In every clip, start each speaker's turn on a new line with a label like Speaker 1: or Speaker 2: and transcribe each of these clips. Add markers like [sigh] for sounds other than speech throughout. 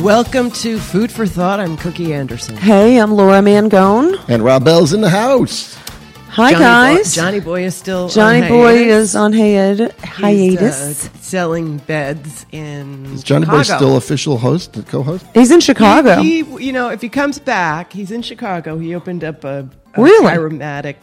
Speaker 1: Welcome to Food for Thought. I'm Cookie Anderson.
Speaker 2: Hey, I'm Laura Mangone.
Speaker 3: And Rob Bell's in the house.
Speaker 2: Hi,
Speaker 1: Johnny
Speaker 2: guys.
Speaker 1: Boy, Johnny Boy is still on
Speaker 2: Johnny Boy
Speaker 1: hiatus.
Speaker 2: is on hiat-
Speaker 1: He's, uh,
Speaker 2: hiatus.
Speaker 1: selling beds in
Speaker 3: Is Johnny Boy
Speaker 1: Chicago.
Speaker 3: still official host, and co-host?
Speaker 2: He's in Chicago.
Speaker 1: He, you know, if he comes back, he's in Chicago. He opened up a, a
Speaker 2: Really?
Speaker 1: chiromatic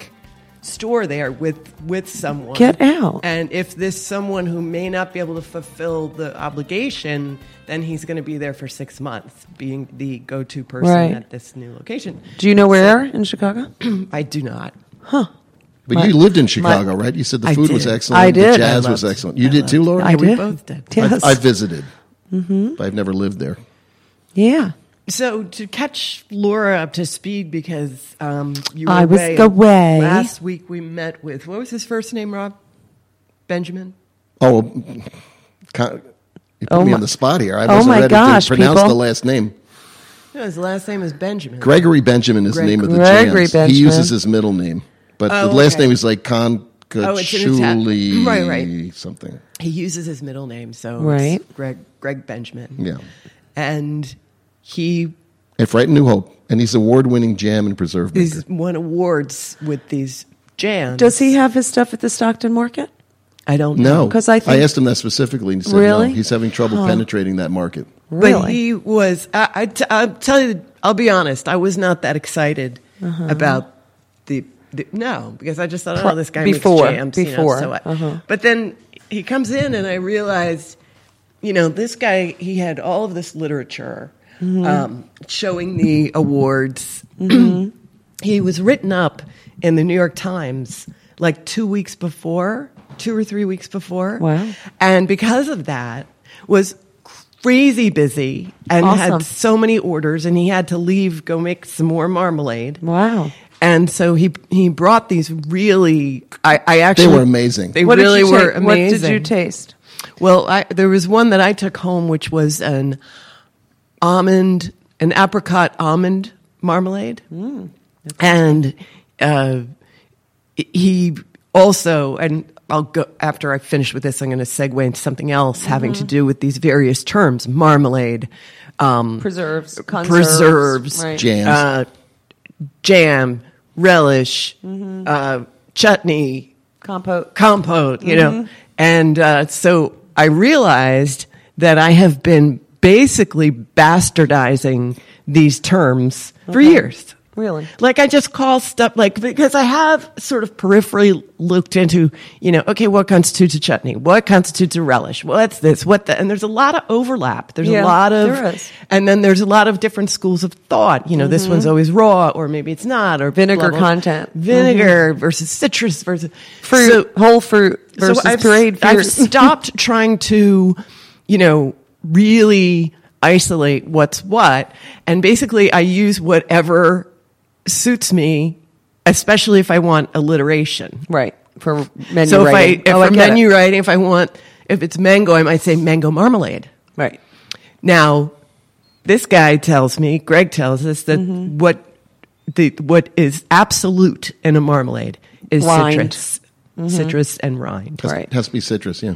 Speaker 1: store there with with someone.
Speaker 2: Get out.
Speaker 1: And if this someone who may not be able to fulfill the obligation, then he's going to be there for six months, being the go to person
Speaker 2: Right.
Speaker 1: at this new location.
Speaker 2: Do you know where in Chicago?
Speaker 1: I do not.
Speaker 3: But
Speaker 2: My-
Speaker 3: you lived in Chicago, right? You said the
Speaker 1: I
Speaker 3: food
Speaker 1: did.
Speaker 3: was excellent.
Speaker 2: I did.
Speaker 3: The jazz
Speaker 1: I
Speaker 3: was
Speaker 1: loved-
Speaker 3: excellent. You
Speaker 1: I
Speaker 3: did
Speaker 1: loved-
Speaker 3: too, Laura?
Speaker 2: I
Speaker 1: we
Speaker 2: did.
Speaker 1: both did.
Speaker 3: I-
Speaker 2: Yes. Mm-hmm.
Speaker 3: I visited. But I've never lived there.
Speaker 2: yeah.
Speaker 1: So to catch Laura up to speed because um, you were
Speaker 2: I was
Speaker 1: away.
Speaker 2: away.
Speaker 1: last week. We met with what was his first name, Rob? Benjamin.
Speaker 3: Oh, con- you put
Speaker 2: Oh
Speaker 3: me
Speaker 2: my-
Speaker 3: on the spot here. I
Speaker 2: Oh
Speaker 3: wasn't
Speaker 2: my
Speaker 3: ready
Speaker 2: gosh,
Speaker 3: to pronounce
Speaker 2: people.
Speaker 3: the last name.
Speaker 1: No, his last name is Benjamin.
Speaker 3: Gregory Benjamin is the name of the
Speaker 2: Gregory
Speaker 3: jazz. He uses
Speaker 2: Benjamin.
Speaker 3: his middle name, but
Speaker 1: Oh,
Speaker 3: the last
Speaker 1: okay.
Speaker 3: name is like
Speaker 1: Oh, it's an Italian-
Speaker 3: Concachuli
Speaker 1: Right, right.
Speaker 3: something.
Speaker 1: He uses his middle name, so it's
Speaker 2: Right.
Speaker 1: Greg Greg Benjamin.
Speaker 3: Yeah.
Speaker 1: and he
Speaker 3: At Frightened New Hope. And he's award-winning jam and preserve maker.
Speaker 1: is won awards with these jams.
Speaker 2: Does he have his stuff at the Stockton Market?
Speaker 1: I don't
Speaker 3: No,
Speaker 2: 'Cause I think-
Speaker 3: asked him that specifically, and he said
Speaker 2: Really?
Speaker 3: no. He's having trouble
Speaker 2: Huh.
Speaker 3: penetrating that market.
Speaker 1: But
Speaker 2: Really?
Speaker 1: he was. I, I t- I'll tell you. I'll be honest. I was not that excited about the, the no because I just thought, oh,
Speaker 2: Uh-huh. Pri-
Speaker 1: this guy
Speaker 2: before-
Speaker 1: makes jams. you know,
Speaker 2: before.
Speaker 1: so I-
Speaker 2: Uh-huh.
Speaker 1: But then he comes in, and I realized, you know, this guy. He had all of this literature
Speaker 2: Mm-hmm.
Speaker 1: um, showing the awards.
Speaker 2: Mm-hmm.
Speaker 1: he was written up in the New York Times like two weeks before, two or three weeks before.
Speaker 2: Wow.
Speaker 1: And because of that, was crazy busy and
Speaker 2: Awesome.
Speaker 1: had so many orders, and he had to leave, go make some more marmalade.
Speaker 2: Wow.
Speaker 1: And so he he brought these really. I, I actually
Speaker 3: They were amazing.
Speaker 1: They
Speaker 2: What did
Speaker 1: really
Speaker 2: you
Speaker 1: were
Speaker 2: take-
Speaker 1: amazing.
Speaker 2: What did you taste?
Speaker 1: Well, I, there was one that I took home, which was an almond, an apricot almond marmalade, and uh, he also and. I'll go after I finish with this. I'm going to segue into something else having to do with these various terms: marmalade, um,
Speaker 2: Preserves.
Speaker 1: preserves,
Speaker 2: Right.
Speaker 3: Jams.
Speaker 1: uh, jam, relish, uh, chutney,
Speaker 2: Compote.
Speaker 1: compote, you know.
Speaker 2: Mm-hmm.
Speaker 1: And uh, so I realized that I have been basically bastardizing these terms for years.
Speaker 2: Mm-hmm. Really?
Speaker 1: Like I just call stuff like because I have sort of peripherally looked into, you know, okay, what constitutes a chutney? What constitutes a relish? What's this? What the? And there's a lot of overlap. There's a
Speaker 2: Yeah,
Speaker 1: lot of,
Speaker 2: there is. Mm-hmm.
Speaker 1: and then there's a lot of different schools of thought. You know, this one's always raw, or maybe it's not, or
Speaker 2: Vinegar
Speaker 1: blah, blah, blah.
Speaker 2: content. Mm-hmm.
Speaker 1: vinegar versus citrus versus
Speaker 2: Fruit.
Speaker 1: So-
Speaker 2: whole fruit versus
Speaker 1: so I've,
Speaker 2: parade
Speaker 1: I've
Speaker 2: [laughs] fruit.
Speaker 1: stopped trying to, you know, really isolate what's what. And basically, I use whatever suits me, especially if I want alliteration.
Speaker 2: right. For menu
Speaker 1: so if
Speaker 2: writing.
Speaker 1: I, if
Speaker 2: oh, I
Speaker 1: for
Speaker 2: get it.
Speaker 1: menu writing, if I want, if it's mango, I might say mango marmalade.
Speaker 2: Right.
Speaker 1: Now, this guy tells me, Greg tells us that
Speaker 2: Mm-hmm.
Speaker 1: what the what is absolute in a marmalade is
Speaker 2: Rind. Mm-hmm.
Speaker 1: citrus, citrus and rind.
Speaker 3: Has-
Speaker 2: Right.
Speaker 3: has to be citrus, yeah,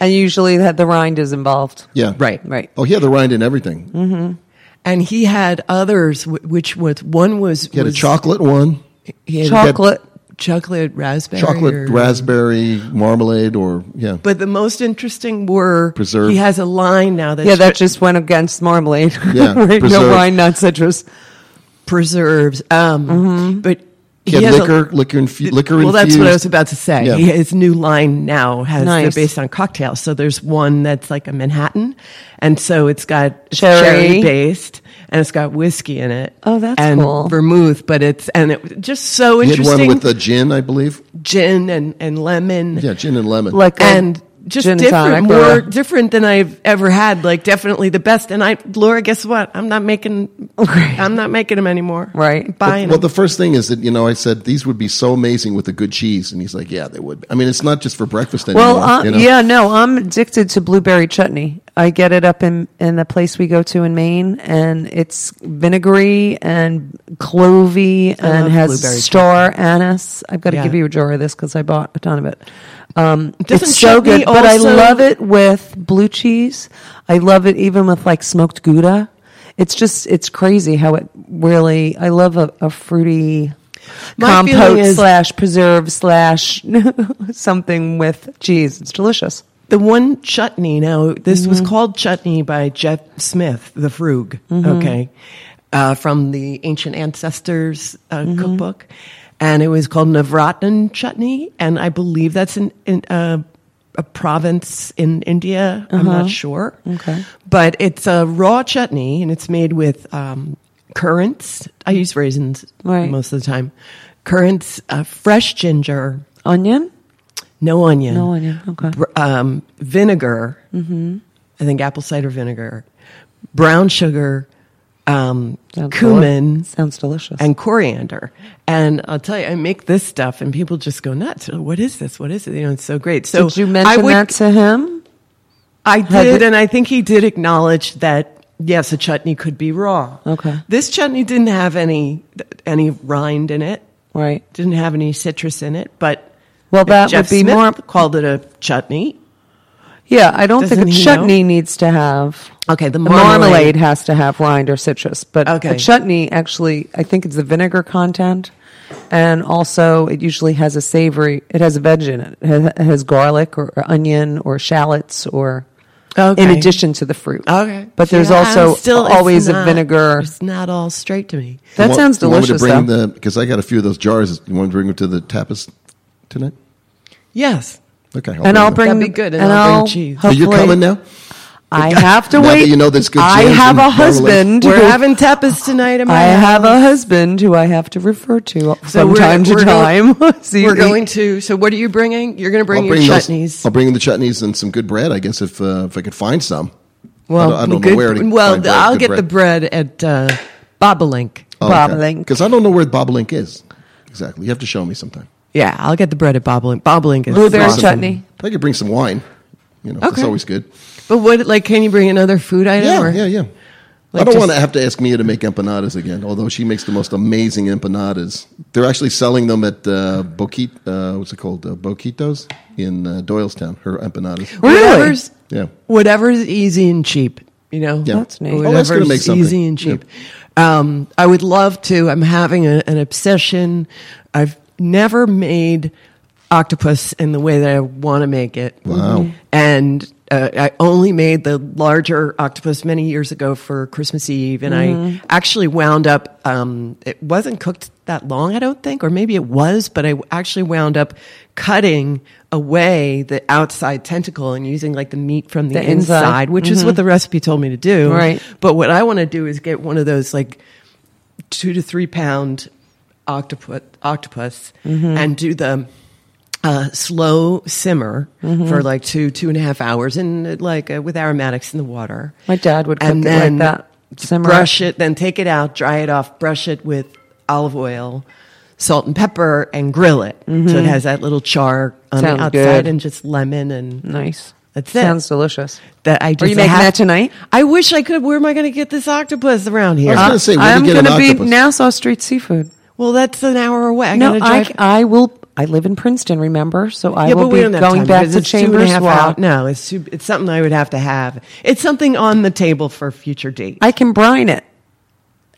Speaker 2: And usually that the rind is involved.
Speaker 3: yeah,
Speaker 1: Right.
Speaker 2: Right. Mm-hmm.
Speaker 3: Oh, he had the rind in everything.
Speaker 1: and he had others, wh- which was one was
Speaker 3: He had
Speaker 1: was-
Speaker 3: a chocolate one,
Speaker 1: he had
Speaker 2: Chocolate.
Speaker 1: chocolate raspberry,
Speaker 3: chocolate
Speaker 1: or-
Speaker 3: raspberry marmalade, or yeah,
Speaker 1: But the most interesting were
Speaker 3: Preserve.
Speaker 1: He has a line now that
Speaker 2: Yeah, that just went against marmalade. [laughs]
Speaker 3: Yeah,
Speaker 2: Right, no
Speaker 3: preserve.
Speaker 2: wine, not citrus.
Speaker 1: preserves. Um,
Speaker 2: Mm-hmm.
Speaker 1: but
Speaker 3: he, had
Speaker 1: has a-
Speaker 3: liquor, liquor, infu- liquor.
Speaker 1: Well, that's
Speaker 3: infused.
Speaker 1: what I was about to say.
Speaker 3: Yeah.
Speaker 1: He- his new line now has they're
Speaker 2: Nice.
Speaker 1: based on cocktails. So there's one that's like a Manhattan, and so it's got
Speaker 2: Cherry.
Speaker 1: based, and it's got whiskey in it.
Speaker 2: Oh, that's
Speaker 1: and
Speaker 2: cool.
Speaker 1: vermouth, but it's and it just so
Speaker 3: He had
Speaker 1: interesting.
Speaker 3: one with the gin, I believe.
Speaker 1: gin and and lemon.
Speaker 3: Yeah, gin and lemon.
Speaker 2: Like a
Speaker 1: and just
Speaker 2: gin and
Speaker 1: different,
Speaker 2: tonic or
Speaker 1: more
Speaker 2: a-
Speaker 1: different than I've ever had. Like definitely the best. And I, Laura, guess what? I'm not
Speaker 2: [laughs]
Speaker 1: making. I'm not making them anymore.
Speaker 2: Right.
Speaker 1: Buying
Speaker 3: well,
Speaker 1: them.
Speaker 3: the first thing is that you know I said these would be so amazing with a good cheese, and he's like, yeah, they would. I mean, it's not just for breakfast anymore.
Speaker 2: Well, uh,
Speaker 3: you know?
Speaker 2: yeah, no, I'm addicted to blueberry chutney. I get it up in in the place we go to in Maine, and it's vinegary and clovey and
Speaker 1: love
Speaker 2: has
Speaker 1: blueberry
Speaker 2: star anise. I've got to
Speaker 1: Yeah.
Speaker 2: give you a jar of this because I bought a ton of it. Um,
Speaker 1: Doesn't
Speaker 2: it's so
Speaker 1: chutney
Speaker 2: good, but I
Speaker 1: also-
Speaker 2: love it with blue cheese. I love it even with like smoked gouda. It's just it's crazy how it really. I love a, a fruity
Speaker 1: My
Speaker 2: compote
Speaker 1: feeling is-
Speaker 2: slash preserve slash [laughs] something with cheese. It's delicious.
Speaker 1: The one chutney, now, this was
Speaker 2: Mm-hmm.
Speaker 1: called chutney by Jeff Smith, the Frug, okay, uh, from the Ancient Ancestors uh,
Speaker 2: Mm-hmm.
Speaker 1: cookbook. And it was called Navratan chutney. And I believe that's in, in uh, a province in India. I'm not sure.
Speaker 2: Uh-huh. Okay.
Speaker 1: But it's a raw chutney and it's made with um, currants. I use raisins
Speaker 2: Right.
Speaker 1: most of the time. Currants, uh, fresh ginger,
Speaker 2: Onion,
Speaker 1: no onion.
Speaker 2: no onion. Okay. Mm-hmm.
Speaker 1: Br- um, vinegar. I think apple cider vinegar, brown sugar, um,
Speaker 2: Sounds
Speaker 1: cumin,
Speaker 2: deli- sounds delicious.
Speaker 1: and coriander. And I'll tell you, I make this stuff, and people just go nuts. Oh, what is this? What is it? You know, it's so great. So
Speaker 2: Did you
Speaker 1: I
Speaker 2: mention
Speaker 1: would-
Speaker 2: that to him?
Speaker 1: I
Speaker 2: Had
Speaker 1: did,
Speaker 2: the-
Speaker 1: and I think he did acknowledge that. Yes, a chutney could be raw.
Speaker 2: Okay.
Speaker 1: This chutney didn't have any any rind in it.
Speaker 2: Right.
Speaker 1: Didn't have any citrus in it, but
Speaker 2: Well, that
Speaker 1: Jeff
Speaker 2: would be
Speaker 1: Smith
Speaker 2: more.
Speaker 1: called it a chutney.
Speaker 2: Yeah, I don't
Speaker 1: Doesn't
Speaker 2: think a
Speaker 1: he
Speaker 2: chutney needs to have.
Speaker 1: Okay, the
Speaker 2: The
Speaker 1: marmalade.
Speaker 2: marmalade. has to have rind or citrus, but a
Speaker 1: Okay.
Speaker 2: chutney actually, I think it's the vinegar content, and also it usually has a savory. It has a veg in it. It has, it has garlic or, or onion or shallots or. In
Speaker 1: Okay.
Speaker 2: addition to the fruit.
Speaker 1: Okay.
Speaker 2: But there's
Speaker 1: Yeah,
Speaker 2: also
Speaker 1: I'm still- it's
Speaker 2: always a
Speaker 1: not-
Speaker 2: vinegar.
Speaker 1: It's not all straight to me.
Speaker 2: That
Speaker 3: You want-
Speaker 2: sounds
Speaker 3: you want me
Speaker 2: delicious,
Speaker 3: to bring
Speaker 2: though.
Speaker 3: the because I got a few of those jars. You want me to bring them to the tapas tonight?
Speaker 1: Yes.
Speaker 3: Okay, I'll
Speaker 2: and I'll
Speaker 3: them.
Speaker 2: bring
Speaker 1: That'd be good, and
Speaker 2: and
Speaker 1: I'll bring
Speaker 2: I'll
Speaker 1: cheese.
Speaker 3: So you're
Speaker 2: hopefully-
Speaker 3: coming now.
Speaker 2: I have to
Speaker 3: Now that
Speaker 2: wait.
Speaker 3: you know there's good
Speaker 2: I
Speaker 3: jams
Speaker 2: have
Speaker 3: and
Speaker 2: a
Speaker 3: marmalade.
Speaker 2: husband.
Speaker 1: We're
Speaker 2: who-
Speaker 1: having tapas tonight. Am
Speaker 2: I
Speaker 1: I
Speaker 2: have a husband who I have to refer to
Speaker 1: So
Speaker 2: from
Speaker 1: we're-
Speaker 2: time to
Speaker 1: we're
Speaker 2: time. [laughs]
Speaker 1: going-
Speaker 2: So you
Speaker 1: We're
Speaker 2: eat-
Speaker 1: going to. So what are you bringing? You're going to bring
Speaker 3: I'll
Speaker 1: your
Speaker 3: bring those-
Speaker 1: chutneys.
Speaker 3: I'll bring the chutneys and some good bread. I guess if uh, if I could find some.
Speaker 1: well,
Speaker 3: I don't, I don't
Speaker 1: good-
Speaker 3: know where. To
Speaker 1: well,
Speaker 3: find bread, Oh.
Speaker 1: I'll
Speaker 3: good
Speaker 1: get the bread at uh, Bobolink.
Speaker 2: Bobolink.
Speaker 3: because I don't know where Bobolink is exactly. You have to show me sometime.
Speaker 1: Yeah, I'll get the bread at Bobolink. Bobolink is
Speaker 2: Blueberry
Speaker 1: awesome.
Speaker 2: chutney.
Speaker 3: I could bring some wine. You know,
Speaker 1: Okay.
Speaker 3: that's always good.
Speaker 1: But what? Like, can you bring another food item?
Speaker 3: Yeah,
Speaker 1: or-
Speaker 3: yeah, yeah.
Speaker 1: Like
Speaker 3: I don't
Speaker 1: just-
Speaker 3: want to have to ask Mia to make empanadas again, although she makes the most amazing empanadas. They're actually selling them at uh, Boquit, uh, what's it called, uh, Boquitos in uh, Doylestown. Her empanadas.
Speaker 2: Really?
Speaker 1: Whatever's,
Speaker 3: Yeah.
Speaker 1: Whatever's easy and cheap, you know?
Speaker 3: Yeah.
Speaker 2: That's neat. Oh,
Speaker 3: that's gonna
Speaker 1: Whatever's
Speaker 3: make something.
Speaker 1: easy and cheap. Um, I would love to. I'm having a, an obsession. I've never made octopus in the way that I want to make it. Mm-hmm.
Speaker 3: Wow.
Speaker 1: And uh, I only made the larger octopus many years ago for Christmas Eve, and I actually wound up. Um, it wasn't cooked that long, I don't think, or maybe it was, but I actually wound up cutting away the outside tentacle and using like the meat from the,
Speaker 2: The
Speaker 1: inside,
Speaker 2: inside.
Speaker 1: which is what the recipe told me to do.
Speaker 2: Mm-hmm. Right.
Speaker 1: But what I want to do is get one of those like two to three pound octopus, octopus
Speaker 2: Mm-hmm.
Speaker 1: and do the uh, slow simmer
Speaker 2: Mm-hmm.
Speaker 1: for like two two and a half hours and uh, like uh, with aromatics in the water.
Speaker 2: My dad would cook
Speaker 1: And
Speaker 2: it like
Speaker 1: then
Speaker 2: that. Simmer
Speaker 1: brush it, then take it out, dry it off, brush it with olive oil, salt and pepper, and grill it so it has that little char on
Speaker 2: Mm-hmm. Sounds
Speaker 1: the outside
Speaker 2: good.
Speaker 1: and just lemon and
Speaker 2: Nice.
Speaker 1: That's it.
Speaker 2: Sounds delicious.
Speaker 1: that I just
Speaker 2: Are you making
Speaker 1: have-
Speaker 2: that tonight?
Speaker 1: I wish I could. Where am I going to get this octopus around here?
Speaker 3: I was gonna say, where do
Speaker 2: I'm
Speaker 3: you get an
Speaker 2: gonna be
Speaker 3: octopus?
Speaker 2: Nassau Street Seafood.
Speaker 1: well, that's an hour away. I
Speaker 2: no,
Speaker 1: gotta
Speaker 2: I,
Speaker 1: drive.
Speaker 2: I will. I live in Princeton, remember? So I
Speaker 1: yeah,
Speaker 2: will
Speaker 1: but we
Speaker 2: be
Speaker 1: don't have
Speaker 2: going
Speaker 1: time
Speaker 2: back
Speaker 1: because
Speaker 2: to
Speaker 1: it's two and a
Speaker 2: Chambers
Speaker 1: half
Speaker 2: Walk.
Speaker 1: hour- No, it's too, it's something I would have to have. It's something on the table for future date.
Speaker 2: I can brine it.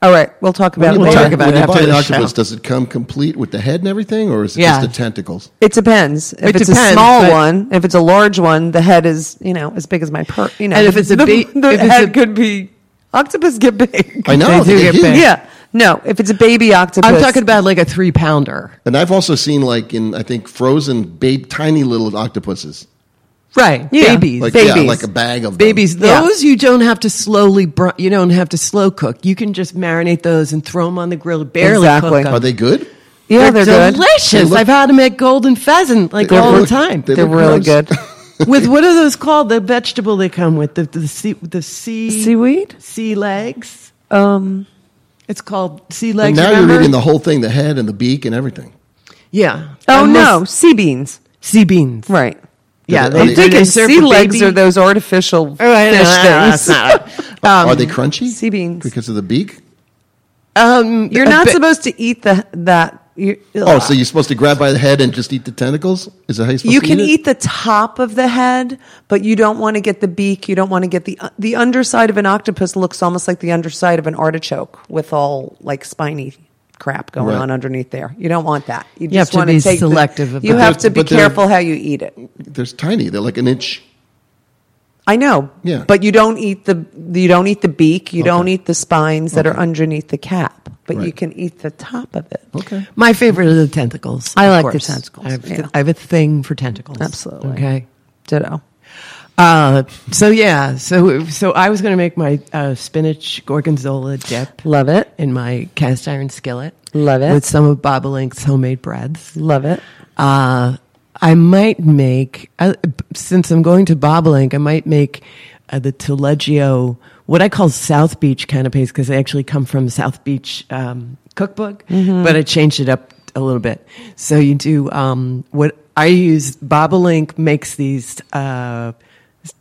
Speaker 2: All right, we'll talk about
Speaker 1: We'll
Speaker 2: it
Speaker 3: When you
Speaker 2: later.
Speaker 1: talk
Speaker 3: buy-
Speaker 1: about
Speaker 3: when
Speaker 1: it
Speaker 3: you
Speaker 1: after
Speaker 3: buy an
Speaker 1: the
Speaker 3: octopus,
Speaker 1: show.
Speaker 3: does it come complete with the head and everything, or is it
Speaker 1: Yeah.
Speaker 3: just the tentacles?
Speaker 2: It depends. If
Speaker 1: It
Speaker 2: it's a
Speaker 1: depends,
Speaker 2: small
Speaker 1: but-
Speaker 2: one, if it's a large one, the head is you know as big as my per. You know,
Speaker 1: And if it's a
Speaker 2: the,
Speaker 1: big-
Speaker 2: the
Speaker 1: if it's
Speaker 2: head
Speaker 1: a-
Speaker 2: could be octopus get big.
Speaker 3: I
Speaker 1: They
Speaker 3: know,
Speaker 1: do
Speaker 3: they're
Speaker 1: get
Speaker 3: huge.
Speaker 1: big.
Speaker 2: Yeah, no. If it's a baby octopus,
Speaker 1: I'm talking about like a three pounder.
Speaker 3: And I've also seen like in I think frozen babe tiny little octopuses,
Speaker 1: Right.
Speaker 2: Yeah.
Speaker 1: Babies.
Speaker 3: like yeah,
Speaker 2: Babies.
Speaker 3: like a bag of them.
Speaker 1: Babies,
Speaker 2: Yeah.
Speaker 1: those you don't have to slowly, br- you don't have to slow cook. You can just marinate those and throw them on the grill, barely
Speaker 2: Exactly.
Speaker 1: cook them.
Speaker 3: Are they good?
Speaker 2: Yeah, they're, good.
Speaker 1: delicious.
Speaker 3: They look-
Speaker 1: I've had them at Golden Pheasant like
Speaker 3: They
Speaker 1: all the
Speaker 3: look-
Speaker 1: time.
Speaker 3: they
Speaker 2: They're
Speaker 3: look
Speaker 2: really
Speaker 3: gross. [laughs]
Speaker 2: good.
Speaker 1: With what are those called? The vegetable they come with the the sea the sea
Speaker 2: Seaweed?
Speaker 1: sea legs.
Speaker 2: Um,
Speaker 1: It's called sea
Speaker 3: And
Speaker 1: legs.
Speaker 3: now you're
Speaker 1: remember?
Speaker 3: eating the whole thing, the head and the beak and everything.
Speaker 1: yeah.
Speaker 2: oh
Speaker 1: And
Speaker 2: no,
Speaker 1: those
Speaker 2: sea beans.
Speaker 1: sea beans.
Speaker 2: Right.
Speaker 1: Yeah,
Speaker 3: Are
Speaker 1: they,
Speaker 3: they-
Speaker 2: I'm thinking
Speaker 1: they serve
Speaker 2: sea
Speaker 1: the
Speaker 2: legs
Speaker 1: baby-
Speaker 2: are those artificial
Speaker 1: Oh, I know,
Speaker 2: fish
Speaker 1: I know, that's
Speaker 2: things.
Speaker 1: not-
Speaker 2: [laughs]
Speaker 3: Are they crunchy?
Speaker 2: Um, sea beans.
Speaker 3: Because of the beak?
Speaker 1: um,
Speaker 2: You're
Speaker 1: a
Speaker 2: not
Speaker 1: bit-
Speaker 2: supposed to eat the that You,
Speaker 3: Oh, so you're supposed to grab by the head and just eat the tentacles? Is that how you're supposed
Speaker 2: you
Speaker 3: to
Speaker 2: can
Speaker 3: eat it?
Speaker 2: eat the top of the head, but you don't want to get the beak. You don't want to get the uh, the underside of an octopus looks almost like the underside of an artichoke with all like spiny crap going
Speaker 3: Right.
Speaker 2: on underneath there. You don't want that. You,
Speaker 1: have
Speaker 2: just
Speaker 1: to
Speaker 2: want
Speaker 1: be
Speaker 2: to take the-
Speaker 1: selective of
Speaker 2: you
Speaker 1: that.
Speaker 2: have to be
Speaker 3: But they're-
Speaker 2: careful how you eat it.
Speaker 3: There's tiny. They're like an inch.
Speaker 2: I know.
Speaker 3: Yeah.
Speaker 2: But you don't eat the you don't eat the beak. You don't eat the spines that are underneath the cap. But you
Speaker 3: Right.
Speaker 2: can eat the top of it.
Speaker 3: Okay.
Speaker 1: My favorite are the tentacles.
Speaker 2: I
Speaker 1: of
Speaker 2: like the
Speaker 1: course.
Speaker 2: tentacles,
Speaker 1: I have,
Speaker 2: yeah.
Speaker 1: I have a thing for tentacles.
Speaker 2: Absolutely.
Speaker 1: Okay.
Speaker 2: Ditto.
Speaker 1: Uh, so yeah, so so I was going to make my uh, spinach gorgonzola dip
Speaker 2: Love it.
Speaker 1: in my cast iron skillet.
Speaker 2: Love it.
Speaker 1: with some of Bobolink's homemade breads.
Speaker 2: Love it.
Speaker 1: Uh, I might make, I, since I'm going to Bobolink, I might make uh, the Taleggio, what I call South Beach canapes, because they actually come from South Beach um, cookbook, but I changed it up a little bit. So you do um, what I use, Bobolink makes these. Uh,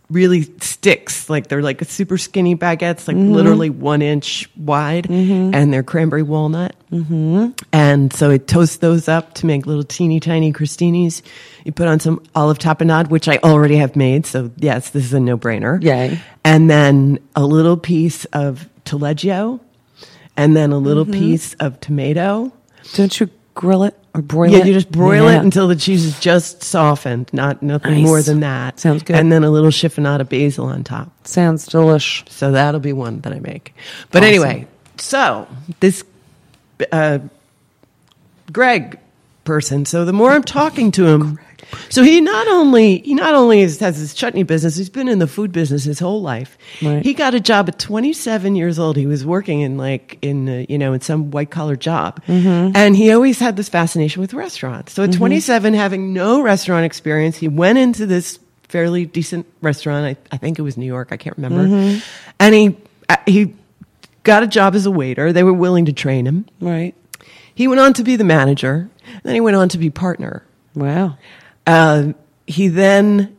Speaker 1: really sticks like they're like super skinny baguettes like
Speaker 2: Mm-hmm.
Speaker 1: literally one inch wide and they're cranberry walnut mm-hmm. and so it toasts those up to make little teeny tiny crostinis you put on some olive tapenade which i already have made so yes this is a no-brainer
Speaker 2: Yay.
Speaker 1: and then a little piece of taleggio and then a little
Speaker 2: Mm-hmm.
Speaker 1: piece of tomato
Speaker 2: Don't you grill it or broil it?
Speaker 1: yeah, you just broil
Speaker 2: Yeah.
Speaker 1: it until the cheese is just softened, not nothing
Speaker 2: Nice.
Speaker 1: more than that.
Speaker 2: Sounds good.
Speaker 1: And then a little chiffonata basil on top.
Speaker 2: sounds delish.
Speaker 1: So that'll be one that I make. But anyway, so this uh, Greg person. So the more I'm talking to him, so he not only he not only is, has his chutney business, he's been in the food business his whole life.
Speaker 2: Right.
Speaker 1: He got a job at 27 years old. He was working in like in uh, you know in some white collar job, and he always had this fascination with restaurants. So at 27, having no restaurant experience, he went into this fairly decent restaurant. I, I think it was New York. I can't remember, and he uh, he got a job as a waiter. They were willing to train him.
Speaker 2: Right.
Speaker 1: He went on to be the manager, and then he went on to be partner.
Speaker 2: Wow.
Speaker 1: Uh, he then,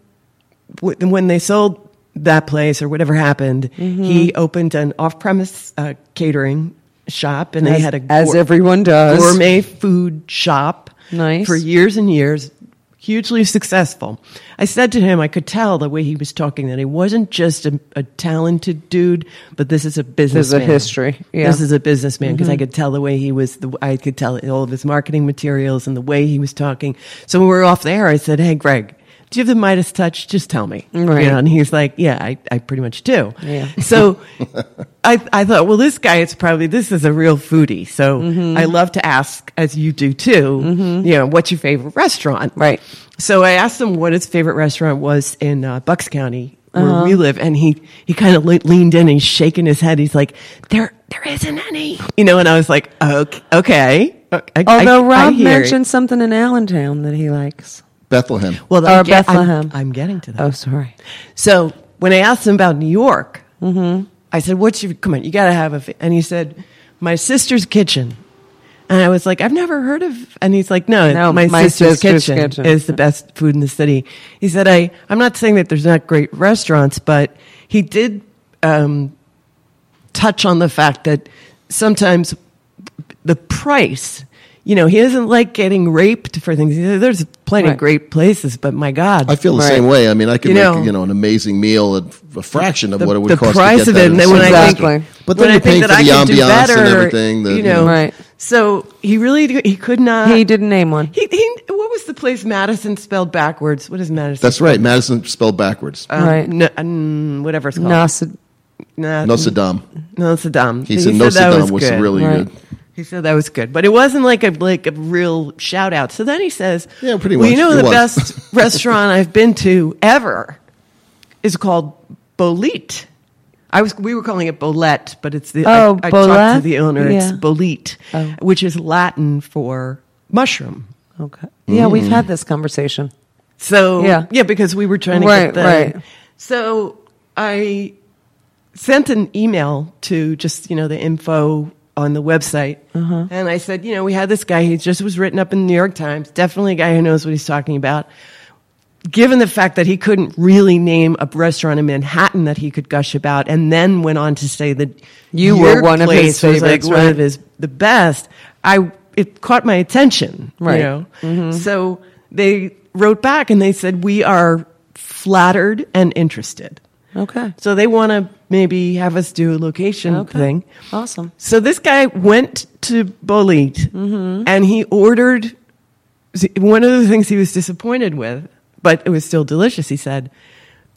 Speaker 1: w- when they sold that place or whatever happened,
Speaker 2: Mm-hmm.
Speaker 1: he opened an off-premise uh, catering shop, and they
Speaker 2: As-
Speaker 1: had a
Speaker 2: as everyone does.
Speaker 1: gourmet food shop
Speaker 2: Nice.
Speaker 1: for years and years. Hugely successful. I said to him, I could tell the way he was talking that he wasn't just a, a talented dude, but this is a business.
Speaker 2: history. Yeah. Mm-hmm.
Speaker 1: This is a businessman because I could tell the way he was. The, I could tell all of his marketing materials and the way he was talking. So when we were off there, I said, "Hey, Greg, do you have the Midas touch? Just tell me." You
Speaker 2: Right.
Speaker 1: know, and he's like, "Yeah, I, I pretty much do."
Speaker 2: Yeah.
Speaker 1: [laughs]
Speaker 2: [laughs]
Speaker 1: So I, I thought, well, this guy is probably this is a real foodie. So
Speaker 2: Mm-hmm.
Speaker 1: I love to ask, as you do too. You know, what's your favorite restaurant?
Speaker 2: Right.
Speaker 1: So I asked him what his favorite restaurant was in uh, Bucks County, where
Speaker 2: Uh-huh.
Speaker 1: we live, and he he kind of le- leaned in and he's shaking his head. He's like, "There, there isn't any," you know. And I was like, "Okay, okay." I- I-
Speaker 2: Although
Speaker 1: I
Speaker 2: Rob
Speaker 1: hear it."
Speaker 2: mentioned something in Allentown that he likes.
Speaker 3: Bethlehem.
Speaker 1: well,
Speaker 2: or
Speaker 1: I'm, get- I'm-
Speaker 2: Bethlehem.
Speaker 1: I'm, getting to that.
Speaker 2: Oh, sorry.
Speaker 1: So when I asked him about New York, I said, "What's your come on? You got to have a." fa-" And he said, "My sister's kitchen." And I was like, "I've never heard of." And he's like, "No,
Speaker 2: No,
Speaker 1: my,
Speaker 2: my
Speaker 1: sister's,
Speaker 2: sister's
Speaker 1: kitchen,
Speaker 2: kitchen.
Speaker 1: is the best food in the city." He said, "I I'm not saying that there's not great restaurants, but he did um, touch on the fact that sometimes the price." You know, he doesn't like getting raped for things. He said, There's plenty
Speaker 2: Right.
Speaker 1: of great places, but my God,
Speaker 3: I feel the
Speaker 2: Right.
Speaker 3: same way. I mean, I could
Speaker 1: You
Speaker 3: make
Speaker 1: know,
Speaker 3: you know an amazing meal at a fraction of
Speaker 1: the-
Speaker 3: what it would
Speaker 1: the
Speaker 3: cost.
Speaker 1: price
Speaker 3: to get
Speaker 1: of
Speaker 3: that
Speaker 1: it, and
Speaker 3: at
Speaker 1: then when
Speaker 3: some
Speaker 1: I think,
Speaker 2: Exactly.
Speaker 1: when
Speaker 3: But then
Speaker 1: I
Speaker 3: you're paying
Speaker 1: think
Speaker 3: for
Speaker 1: that I
Speaker 3: the
Speaker 1: can do
Speaker 3: ambiance and
Speaker 1: better,
Speaker 3: everything, the-
Speaker 1: you know,
Speaker 2: Right.
Speaker 1: So he really d- he could not.
Speaker 2: He didn't name one.
Speaker 1: Uh, He, he what was the place Madison spelled backwards? What is Madison?
Speaker 3: That's right. Madison spelled backwards.
Speaker 1: um,
Speaker 2: right.
Speaker 1: no- um, whatever it's called.
Speaker 2: Nasa-
Speaker 1: No,
Speaker 3: no Saddam.
Speaker 1: no, Saddam.
Speaker 3: He said no
Speaker 1: that
Speaker 3: Saddam was
Speaker 1: good.
Speaker 3: really
Speaker 2: Right.
Speaker 3: good.
Speaker 1: He said that was good, but it wasn't like a like a real shout out. So then he says,
Speaker 3: Yeah, pretty
Speaker 1: well, You
Speaker 3: much.
Speaker 1: know,
Speaker 3: It
Speaker 1: the
Speaker 3: was."
Speaker 1: best
Speaker 3: [laughs]
Speaker 1: restaurant I've been to ever is called Bolete. I was we were calling it Bolette, but it's the I-
Speaker 2: Oh,
Speaker 1: I, talked to
Speaker 2: Bolette?
Speaker 1: the owner. It's
Speaker 2: Yeah.
Speaker 1: Bolete,
Speaker 2: Oh.
Speaker 1: which is Latin for mushroom.
Speaker 2: Okay. Yeah,
Speaker 1: Mm.
Speaker 2: we've had this conversation.
Speaker 1: So
Speaker 2: Yeah.
Speaker 1: yeah, because we were trying to get
Speaker 2: Right,
Speaker 1: the
Speaker 2: right.
Speaker 1: So I sent an email to just you know the info on the website,
Speaker 2: Uh-huh.
Speaker 1: and I said, you know, we had this guy. He just was written up in the New York Times. Definitely a guy who knows what he's talking about. Given the fact that he couldn't really name a restaurant in Manhattan that he could gush about, and then went on to say that
Speaker 2: You
Speaker 1: your
Speaker 2: were one of his
Speaker 1: place was, like,
Speaker 2: favorites,
Speaker 1: one
Speaker 2: right?
Speaker 1: of his the best. I it caught my attention.
Speaker 2: Right. Mm-hmm.
Speaker 1: You know? So they wrote back and they said, "We are flattered and interested."
Speaker 2: Okay.
Speaker 1: So they want to maybe have us do a location
Speaker 2: Okay.
Speaker 1: thing.
Speaker 2: Awesome.
Speaker 1: So this guy went to Bolid
Speaker 2: Mm-hmm.
Speaker 1: and he ordered one of the things he was disappointed with, but it was still delicious, he said,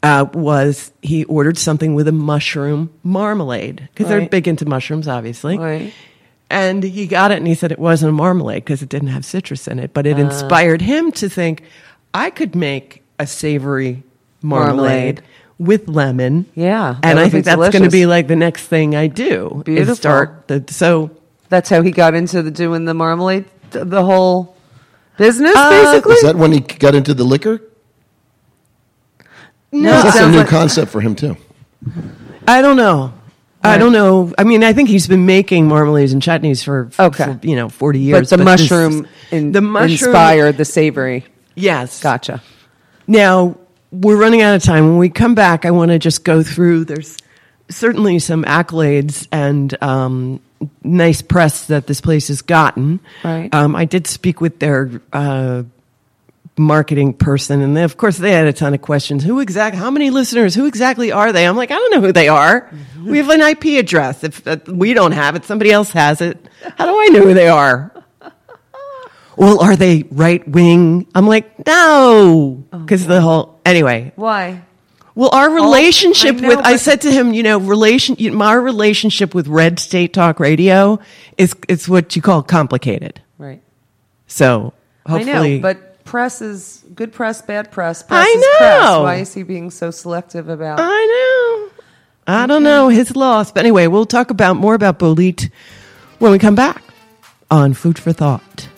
Speaker 1: uh, was he ordered something with a mushroom marmalade because they're
Speaker 2: Right.
Speaker 1: big into mushrooms, obviously.
Speaker 2: Right.
Speaker 1: And he got it and he said it wasn't a marmalade because it didn't have citrus in it, but
Speaker 2: Ah.
Speaker 1: it inspired him to think, I could make a savory marmalade,
Speaker 2: Marmalade.
Speaker 1: with lemon.
Speaker 2: Yeah, that
Speaker 1: And I
Speaker 2: would
Speaker 1: think
Speaker 2: be
Speaker 1: that's going to
Speaker 2: delicious.
Speaker 1: be like the next thing I do. is
Speaker 2: Beautiful.
Speaker 1: start the, so
Speaker 2: That's how he got into the doing the marmalade, th- the whole business,
Speaker 1: Uh,
Speaker 2: basically.
Speaker 3: Is that when he got into the liquor?
Speaker 2: no, it
Speaker 3: That's a
Speaker 2: sounds
Speaker 3: new
Speaker 2: like-
Speaker 3: concept for him too.
Speaker 1: I don't know. I
Speaker 2: Right.
Speaker 1: don't know. I mean, I think he's been making marmalades and chutneys for,
Speaker 2: Okay.
Speaker 1: for, you know, 40
Speaker 2: but
Speaker 1: years.
Speaker 2: the
Speaker 1: this
Speaker 2: mushroom,
Speaker 1: is-
Speaker 2: in, inspired the savory.
Speaker 1: Yes.
Speaker 2: Gotcha.
Speaker 1: Now, we're running out of time. When we come back, I want to just go through. There's certainly some accolades and um, nice press that this place has gotten.
Speaker 2: Right.
Speaker 1: Um, I did speak with their uh, marketing person, and they, of course, they had a ton of questions. Who exact? How many listeners? Who exactly are they? I'm like, I don't know who they are. We have an IP address. If uh, we don't have it, somebody else has it. How do I know who they are? well, are they right wing? I'm like, no, because the whole anyway.
Speaker 2: Why?
Speaker 1: Well, our relationship
Speaker 2: Oh, I know,
Speaker 1: with I
Speaker 2: but-
Speaker 1: said to him, you know, relation you- my relationship with Red State Talk Radio is it's what you call complicated.
Speaker 2: Right.
Speaker 1: So hopefully,
Speaker 2: I know, but press is good press, bad press. press
Speaker 1: I
Speaker 2: is press.
Speaker 1: know.
Speaker 2: Why is he being so selective about?
Speaker 1: I know. I don't know his loss, but anyway, we'll talk about more about Bolit when we come back on Food for Thought.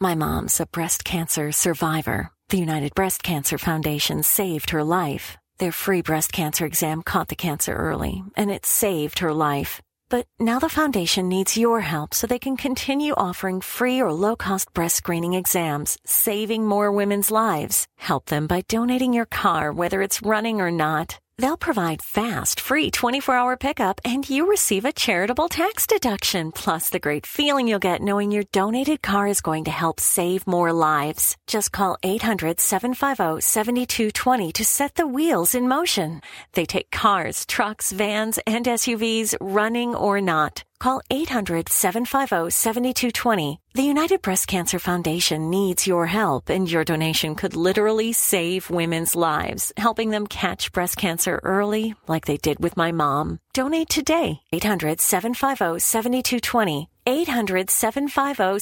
Speaker 4: My mom's a breast cancer survivor. The United Breast Cancer Foundation saved her life. Their free breast cancer exam caught the cancer early, and it saved her life. But now the foundation needs your help so they can continue offering free or low cost breast screening exams, saving more women's lives. Help them by donating your car, whether it's running or not. They'll provide fast, free 24 hour pickup, and you receive a charitable tax deduction, plus the great feeling you'll get knowing your donated car is going to help save more lives. Just call 800 750 7220 to set the wheels in motion. They take cars, trucks, vans, and SUVs, running or not. Call 800 750 7220. The United Breast Cancer Foundation needs your help, and your donation could literally save women's lives, helping them catch breast cancer early, like they did with my mom. Donate today, 800 750 7220. 800 750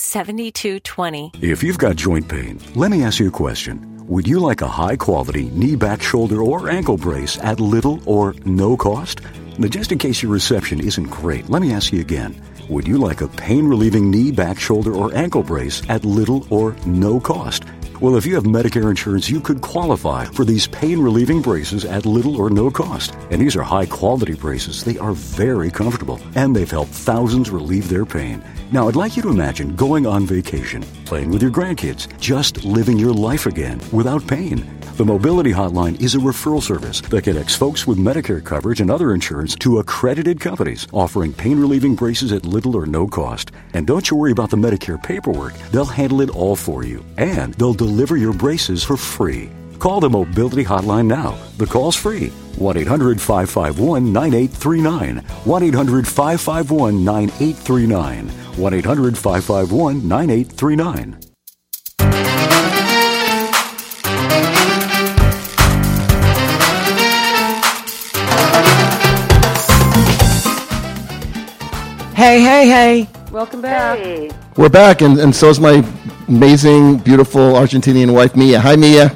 Speaker 4: 7220.
Speaker 5: If you've got joint pain, let me ask you a question. Would you like a high quality knee, back, shoulder, or ankle brace at little or no cost? Now, just in case your reception isn't great, let me ask you again. Would you like a pain relieving knee, back, shoulder, or ankle brace at little or no cost? Well, if you have Medicare insurance, you could qualify for these pain relieving braces at little or no cost. And these are high quality braces. They are very comfortable, and they've helped thousands relieve their pain. Now, I'd like you to imagine going on vacation, playing with your grandkids, just living your life again without pain. The Mobility Hotline is a referral service that connects folks with Medicare coverage and other insurance to accredited companies offering pain relieving braces at little or no cost. And don't you worry about the Medicare paperwork, they'll handle it all for you, and they'll deliver your braces for free. Call the Mobility Hotline now. The call's free. 1 800 551 9839. 1 800 551 9839. 1 800 551 9839.
Speaker 1: Hey, hey, hey.
Speaker 2: Welcome back.
Speaker 3: We're back, and, and so is my amazing, beautiful Argentinian wife, Mia. Hi, Mia.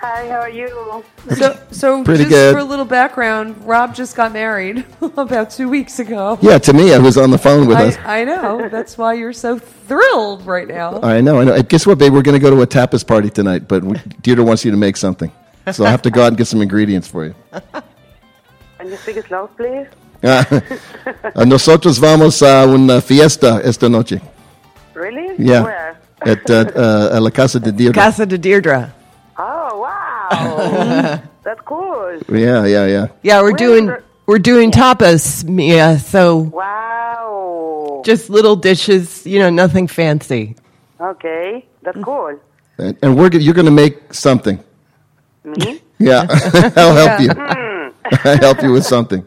Speaker 6: Hi, how are you?
Speaker 2: So, so
Speaker 3: Pretty
Speaker 2: just
Speaker 3: good.
Speaker 2: for a little background, Rob just got married [laughs] about two weeks ago.
Speaker 3: Yeah, to Mia, who's on the phone with us.
Speaker 2: I, I know. That's why you're so thrilled right now.
Speaker 3: I know, I know. And guess what, babe? We're going to go to a tapas party tonight, but we- Deirdre wants you to make something. So I'll have to go out and get some ingredients for you.
Speaker 6: Can you speak it loud, please?
Speaker 3: Uh, nosotros vamos a una fiesta esta noche.
Speaker 6: Really?
Speaker 3: Yeah.
Speaker 6: Where?
Speaker 3: At uh, uh, La Casa de Deirdre.
Speaker 1: Casa de Deirdre.
Speaker 6: Oh, wow. that of course.
Speaker 3: Yeah, yeah, yeah.
Speaker 1: Yeah, we're
Speaker 6: Where
Speaker 1: doing
Speaker 6: are-
Speaker 1: we're doing tapas, Mia. So
Speaker 6: Wow.
Speaker 1: just little dishes, you know, nothing fancy.
Speaker 6: Okay, that's cool.
Speaker 3: And, and we're go- you're going to make something.
Speaker 6: Me?
Speaker 3: [laughs] Yeah, I'll help you. I'll help you with something,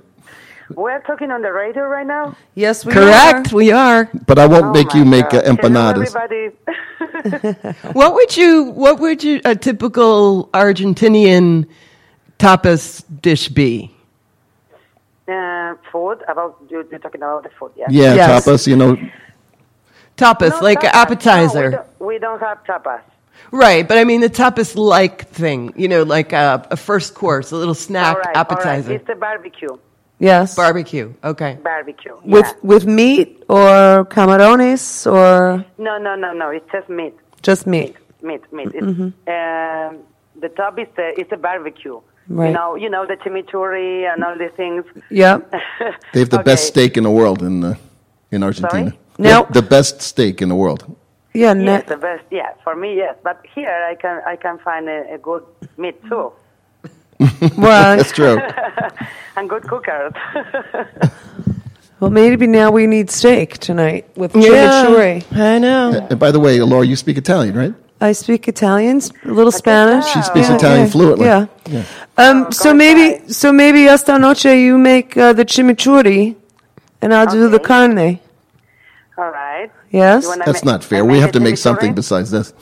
Speaker 6: We're talking on the radio right now.
Speaker 2: Yes, we
Speaker 1: Correct,
Speaker 2: Are.
Speaker 1: we are.
Speaker 3: but I won't
Speaker 6: Oh
Speaker 3: make
Speaker 6: my
Speaker 3: you make uh,
Speaker 6: God.
Speaker 3: empanadas.
Speaker 6: Hello, everybody. [laughs]
Speaker 1: What would you what would you a typical Argentinian tapas dish be?
Speaker 6: uh, food about you, you're talking about the food, yeah.
Speaker 3: Yeah,
Speaker 1: Yes.
Speaker 3: tapas. You know,
Speaker 1: Tapas,
Speaker 6: No,
Speaker 1: like
Speaker 6: tapas.
Speaker 1: an
Speaker 6: No,
Speaker 1: appetizer.
Speaker 6: we, don't, we don't have tapas.
Speaker 1: Right, but I mean the tapas like thing, you know, like a, a first course, a little snack
Speaker 6: all right,
Speaker 1: appetizer.
Speaker 6: All right. It's the barbecue.
Speaker 2: Yes.
Speaker 1: Barbecue. Okay.
Speaker 6: Barbecue.
Speaker 2: With
Speaker 6: yeah.
Speaker 2: with meat or camarones or
Speaker 6: No, no, no, no. It's just meat.
Speaker 2: just meat.
Speaker 6: Meat, meat. It's,
Speaker 2: Mm-hmm.
Speaker 6: um, the top is the, it's a barbecue.
Speaker 2: Right.
Speaker 6: You know, you know the chimichurri and all these things. [laughs]
Speaker 2: Yep.
Speaker 3: they have the
Speaker 6: Okay.
Speaker 3: best steak in the world in uh, in Argentina.
Speaker 6: Sorry?
Speaker 3: The-
Speaker 2: No.
Speaker 3: the best steak in the world.
Speaker 2: Yeah. ne-
Speaker 6: Yes, the best. Yeah, for me, yes. But here, I can I can find a, a good meat too,
Speaker 2: well,
Speaker 3: That's
Speaker 6: [laughs]
Speaker 3: true.
Speaker 6: and good cookers. [laughs]
Speaker 2: well, maybe now we need steak tonight with chimichurri.
Speaker 1: I know.
Speaker 3: and by the way, Laura, you speak Italian, right?
Speaker 2: I speak Italian, s- a little Spanish.
Speaker 6: She
Speaker 3: speaks
Speaker 2: Yeah,
Speaker 3: Italian
Speaker 2: yeah,
Speaker 3: fluently.
Speaker 2: Yeah.
Speaker 3: Yeah.
Speaker 2: Um, so
Speaker 6: going
Speaker 2: maybe,
Speaker 6: by.
Speaker 2: so maybe esta noche you make uh, the chimichurri, and I'll do the
Speaker 6: Okay.
Speaker 2: carne.
Speaker 6: all right.
Speaker 2: Yes.
Speaker 6: You wanna
Speaker 3: That's
Speaker 6: ma-
Speaker 3: not fair.
Speaker 6: I
Speaker 3: We have
Speaker 6: a
Speaker 3: to make something
Speaker 6: chimichurri?
Speaker 3: besides this.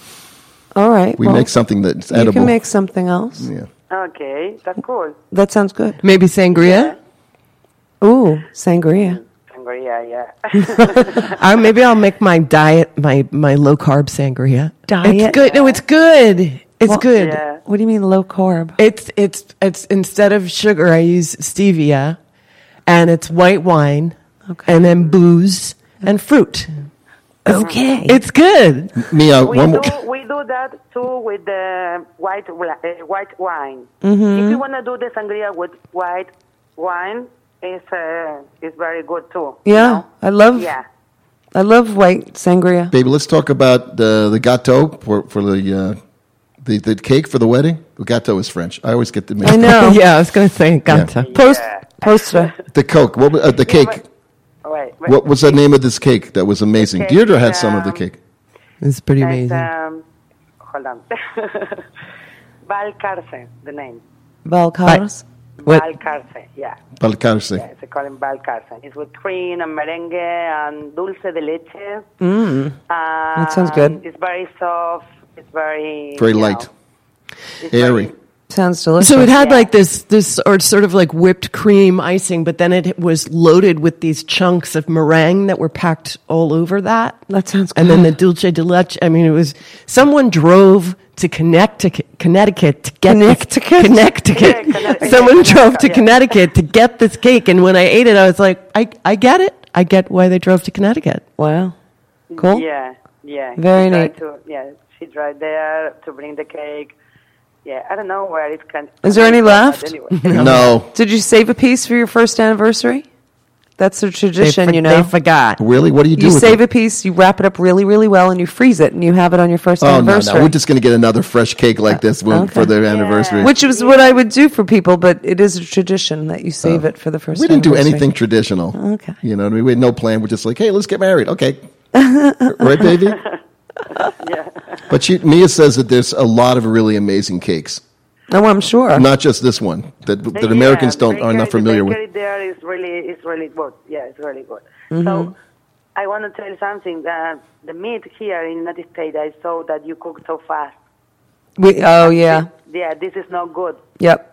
Speaker 2: All right.
Speaker 3: We
Speaker 2: well,
Speaker 3: make something that's
Speaker 2: You
Speaker 3: edible.
Speaker 2: can make something else.
Speaker 3: yeah.
Speaker 6: Okay, that's cool.
Speaker 2: That sounds good.
Speaker 1: Maybe sangria?
Speaker 2: Ooh, sangria.
Speaker 6: Sangria, yeah. [laughs]
Speaker 1: [laughs] I, Uh, maybe I'll make my diet my my low carb sangria.
Speaker 2: Diet?
Speaker 1: It's good. No, it's good. It's
Speaker 2: Well-
Speaker 1: good.
Speaker 6: yeah.
Speaker 2: What do you mean low carb?
Speaker 1: It's it's it's instead of sugar, I use stevia, and it's white wine, and then booze and fruit.
Speaker 2: Okay.
Speaker 1: It's [laughs] good.
Speaker 3: Mia,
Speaker 6: We
Speaker 3: one
Speaker 6: do,
Speaker 3: more.
Speaker 6: we do that too with the white wi- uh, white wine.
Speaker 2: Mm-hmm.
Speaker 6: If you want to do the sangria with white wine, it's uh, it's very good too. you
Speaker 2: yeah,
Speaker 6: know?
Speaker 2: I love.
Speaker 6: yeah.
Speaker 2: I love white sangria.
Speaker 3: Baby, let's talk about the the gâteau for, for the, uh, the the cake for the wedding. The gâteau is French. I always get the
Speaker 2: I know.
Speaker 1: yeah, I was going to say gata.
Speaker 6: [laughs]
Speaker 2: Post poster.
Speaker 3: the coke. What was, uh, the cake?
Speaker 6: Wait, wait.
Speaker 3: What was the name of this cake that was amazing?
Speaker 6: cake
Speaker 3: Deirdre
Speaker 6: is,
Speaker 3: had some of the
Speaker 6: um,
Speaker 3: cake.
Speaker 1: It's pretty
Speaker 6: It's,
Speaker 1: amazing.
Speaker 6: um, hold on. [laughs] Valcarce, the name.
Speaker 2: Valcarce.
Speaker 1: What-
Speaker 6: Valcarce, yeah.
Speaker 3: Balcarce.
Speaker 6: It's called in Valcarce. It's with cream and merengue and dulce de leche.
Speaker 2: Mm.
Speaker 6: Um,
Speaker 2: That sounds good.
Speaker 6: It's very soft. It's very
Speaker 3: Very
Speaker 6: you
Speaker 3: light,
Speaker 6: know, it's
Speaker 3: airy.
Speaker 6: very-
Speaker 2: Sounds delicious.
Speaker 1: so it had
Speaker 6: yeah.
Speaker 1: like this this or sort of like whipped cream icing, but then it was loaded with these chunks of meringue that were packed all over that.
Speaker 2: That sounds
Speaker 1: And then the
Speaker 2: good.
Speaker 1: dulce de leche. I mean, it was someone drove to Connecticut, Connecticut to get this-
Speaker 2: Connecticut?
Speaker 1: Connecticut.
Speaker 6: Yeah, [laughs] Connecticut.
Speaker 1: Someone drove to
Speaker 6: Yeah.
Speaker 1: Connecticut to get this cake, and when I ate it, I was like, I I get it. I get why they drove to Connecticut.
Speaker 2: Wow. Cool.
Speaker 6: Yeah, yeah.
Speaker 2: Very
Speaker 6: she tried
Speaker 2: neat.
Speaker 6: To, yeah, she tried there to bring the cake. Yeah, I don't know where it's kind.
Speaker 2: Is there any left?
Speaker 6: Anyway,
Speaker 3: No,
Speaker 2: Did you save a piece for your first anniversary? That's a
Speaker 1: They,
Speaker 2: tradition,
Speaker 1: for-
Speaker 2: you know.
Speaker 1: they forgot.
Speaker 3: really? What do you do?
Speaker 2: you
Speaker 3: with
Speaker 2: save
Speaker 3: it?
Speaker 2: a piece, you wrap it up really, really well, and you freeze it, and you have it on your first
Speaker 3: Oh no,
Speaker 2: anniversary.
Speaker 3: no! We're just going to get another fresh cake like this when,
Speaker 2: Okay.
Speaker 3: for their anniversary.
Speaker 2: which is what I would do for people, but it is a tradition that you save it for the first.
Speaker 3: Oh. we didn't do
Speaker 2: anniversary.
Speaker 3: anything traditional.
Speaker 2: Okay.
Speaker 3: You know what I mean? We had no plan. We're just like, hey, let's get married. Okay. [laughs] right,
Speaker 6: [laughs]
Speaker 3: baby?
Speaker 2: [laughs]
Speaker 3: But she, Mia says that there's a lot of really amazing cakes,
Speaker 2: Oh, I'm sure.
Speaker 3: not just this one that, that
Speaker 6: yeah,
Speaker 3: Americans don't
Speaker 6: bakery,
Speaker 3: are not familiar
Speaker 6: the
Speaker 3: with.
Speaker 6: bakery There is really, is really good. Yeah, it's really good.
Speaker 1: Mm-hmm.
Speaker 6: So, I want to tell you something. That the meat here in United States, I saw that you cook so fast.
Speaker 2: We, oh yeah,
Speaker 6: Yeah, this is not good.
Speaker 2: yep.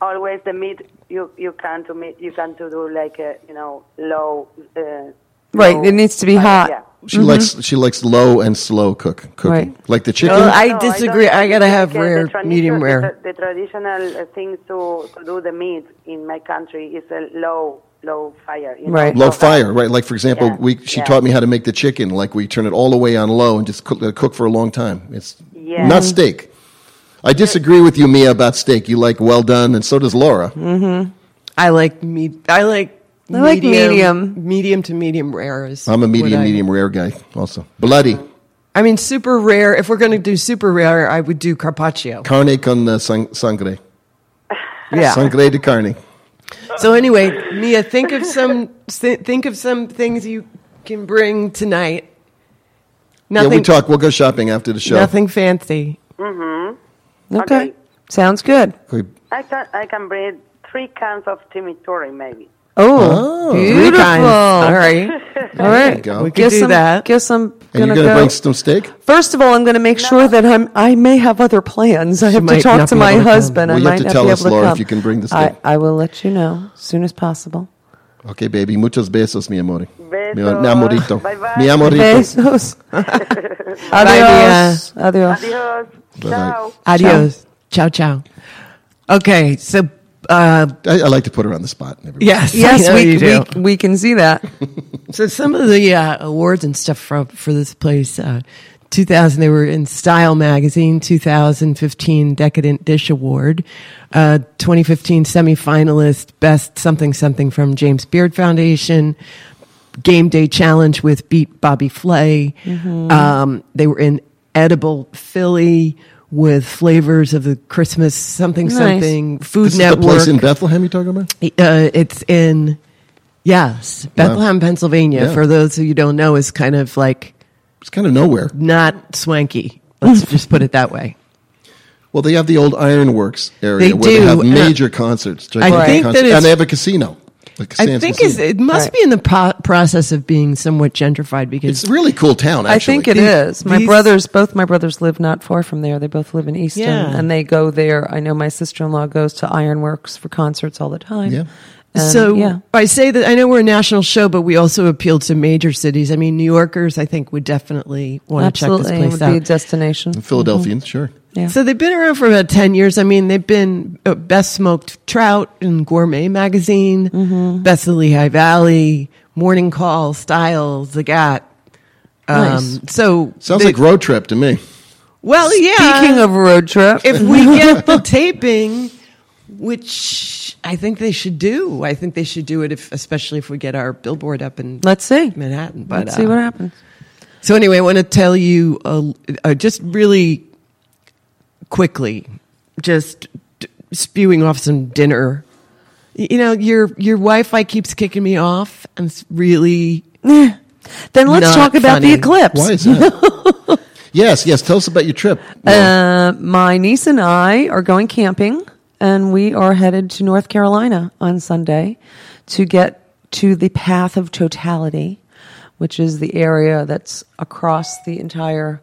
Speaker 6: Always the meat you you can to meat you can to do like a you know low. Uh,
Speaker 2: Right,
Speaker 6: low
Speaker 2: it needs to be
Speaker 6: fire,
Speaker 2: hot.
Speaker 6: Yeah.
Speaker 3: She likes she likes low and slow cook cooking,
Speaker 2: Right.
Speaker 3: like the chicken.
Speaker 1: Well, I
Speaker 6: No, don't
Speaker 1: disagree. I,
Speaker 6: think
Speaker 1: gotta
Speaker 6: it's
Speaker 1: have
Speaker 6: okay. The
Speaker 1: rare,
Speaker 6: tradition-
Speaker 1: medium
Speaker 6: the
Speaker 1: rare.
Speaker 6: tra- The, traditional uh, thing to, to do the meat in my country is a low, low fire. you know,
Speaker 2: Right.
Speaker 3: low
Speaker 6: so that-
Speaker 3: fire, right? Like for example,
Speaker 6: Yeah,
Speaker 3: we she
Speaker 6: yeah.
Speaker 3: taught me how to make the chicken. Like we turn it all the way on low and just cook, let it cook for a long time. It's
Speaker 6: Yeah.
Speaker 3: not steak. I disagree with you, Mia, about steak. You like well done, and so does Laura.
Speaker 1: I like me. I like.
Speaker 2: I like medium.
Speaker 1: medium to medium rare is.
Speaker 3: I'm a
Speaker 1: what
Speaker 3: medium,
Speaker 1: I-
Speaker 3: medium rare guy, also. Bloody
Speaker 1: I mean, super rare. If we're going to do super rare, I would do carpaccio. [sighs]
Speaker 3: carne con uh, sang- sangre.
Speaker 2: Yeah.
Speaker 3: Sangre de carne.
Speaker 1: So anyway, Mia, think of some thi- think of some things you can bring tonight. Nothing.
Speaker 3: yeah, we talk. We'll go shopping after the show.
Speaker 1: Nothing fancy.
Speaker 2: Okay.
Speaker 6: Okay.
Speaker 2: Sounds good.
Speaker 3: We-
Speaker 6: I can I can bring three cans of Timitori maybe.
Speaker 2: Oh,
Speaker 3: Oh.
Speaker 1: Three
Speaker 2: beautiful.
Speaker 1: kinds. All right.
Speaker 3: [laughs]
Speaker 2: All right.
Speaker 3: go. We
Speaker 1: can
Speaker 2: Guess
Speaker 1: do
Speaker 2: I'm-
Speaker 1: that.
Speaker 2: Guess I'm
Speaker 3: And
Speaker 2: gonna,
Speaker 3: you're going to
Speaker 2: go.
Speaker 3: bring some steak?
Speaker 2: First of all, I'm going to make sure that I'm. I may have other plans. I have to
Speaker 1: might
Speaker 2: talk
Speaker 1: not
Speaker 2: to
Speaker 1: be
Speaker 2: my
Speaker 1: able to come.
Speaker 2: husband.
Speaker 3: Well,
Speaker 2: I
Speaker 3: you have
Speaker 2: might
Speaker 3: to
Speaker 2: not
Speaker 3: tell
Speaker 2: be
Speaker 3: us,
Speaker 2: able to
Speaker 3: Laura, if
Speaker 2: come.
Speaker 3: you can bring this
Speaker 2: I,
Speaker 3: thing.
Speaker 2: I will let you know as soon as possible.
Speaker 3: Okay, baby. Muchos besos, mi amor. Mi,
Speaker 6: Besos.
Speaker 3: mi amorito.
Speaker 6: Bye-bye.
Speaker 3: Mi amorito.
Speaker 1: [laughs]
Speaker 2: Besos. Adios. Adios.
Speaker 6: Adios.
Speaker 3: Bye-bye.
Speaker 6: Ciao.
Speaker 1: Adios. Ciao, ciao. Okay, so uh,
Speaker 3: I, I like to put her on the spot. and everything.
Speaker 1: yes, [laughs] I
Speaker 2: Yes,
Speaker 1: know
Speaker 2: we,
Speaker 1: you do.
Speaker 2: we we can see that.
Speaker 1: So some of the uh, awards and stuff for for this place, uh, 2000, they were in Style Magazine, 2015 Decadent Dish Award, uh, 2015 semifinalist Best Something Something from James Beard Foundation, Game Day Challenge with Beat Bobby Flay. Um, they were in Edible Philly with flavors of the Christmas something
Speaker 2: Nice.
Speaker 1: something Food
Speaker 3: This
Speaker 1: Network.
Speaker 3: is the place in Bethlehem you're talking about?
Speaker 1: Uh, it's in, yes, Bethlehem, Pennsylvania.
Speaker 3: Yeah.
Speaker 1: For those who you don't know, is kind of like
Speaker 3: It's kind of nowhere.
Speaker 1: not swanky. Let's just put it that way.
Speaker 3: Well, they have the old Ironworks area
Speaker 1: They
Speaker 3: where they
Speaker 1: do,
Speaker 3: have
Speaker 1: and I-
Speaker 3: major concerts. gigantic
Speaker 1: think that
Speaker 3: concerts.
Speaker 1: it's-
Speaker 3: and they have a casino. a
Speaker 1: I
Speaker 3: Sands
Speaker 1: think is,
Speaker 3: casino.
Speaker 1: it must
Speaker 2: Right.
Speaker 1: be in the pro- process of being somewhat gentrified because
Speaker 3: it's a really cool town,
Speaker 2: I
Speaker 3: actually.
Speaker 2: think it is.
Speaker 1: These-
Speaker 2: My
Speaker 1: these-
Speaker 2: brothers, both my brothers live not far from there. They both live in Easton
Speaker 1: Yeah.
Speaker 2: and they go there. I know my sister in law goes to Ironworks for concerts all the time.
Speaker 3: Yeah.
Speaker 2: And,
Speaker 1: so
Speaker 2: yeah.
Speaker 1: um, I say that I know we're a national show, but we also appeal to major cities. I mean, New Yorkers, I think, would definitely want to check this
Speaker 2: Absolutely. It
Speaker 1: place
Speaker 2: would be a
Speaker 1: out.
Speaker 2: destination.
Speaker 3: Philadelphians, sure.
Speaker 2: Yeah.
Speaker 1: So they've been around for about 10 years. I mean, they've been uh, Best Smoked Trout in Gourmet Magazine,
Speaker 2: Mm-hmm.
Speaker 1: Best of Lehigh Valley, Morning Call, Styles, Zagat. Um,
Speaker 2: Nice.
Speaker 1: So,
Speaker 3: Sounds
Speaker 1: they-
Speaker 3: like road trip to me.
Speaker 1: well, yeah.
Speaker 2: Speaking of road trip,
Speaker 1: if we get the taping, which I think they should do, I think they should do it, if, especially if we get our billboard up in
Speaker 2: let's see.
Speaker 1: Manhattan. But,
Speaker 2: Let's see
Speaker 1: uh,
Speaker 2: what happens.
Speaker 1: so anyway, I want to tell you uh, uh, just really quickly, just d- spewing off some dinner. Y- You know, your your Wi-Fi keeps kicking me off, and it's really
Speaker 2: Then let's
Speaker 1: Not
Speaker 2: talk about the
Speaker 1: funny.
Speaker 2: eclipse.
Speaker 3: Why is that? [laughs] yes, yes. Tell us about your trip. Laura.
Speaker 2: Uh, my niece and I are going camping, and we are headed to North Carolina on Sunday to get to the path of totality, which is the area that's across the entire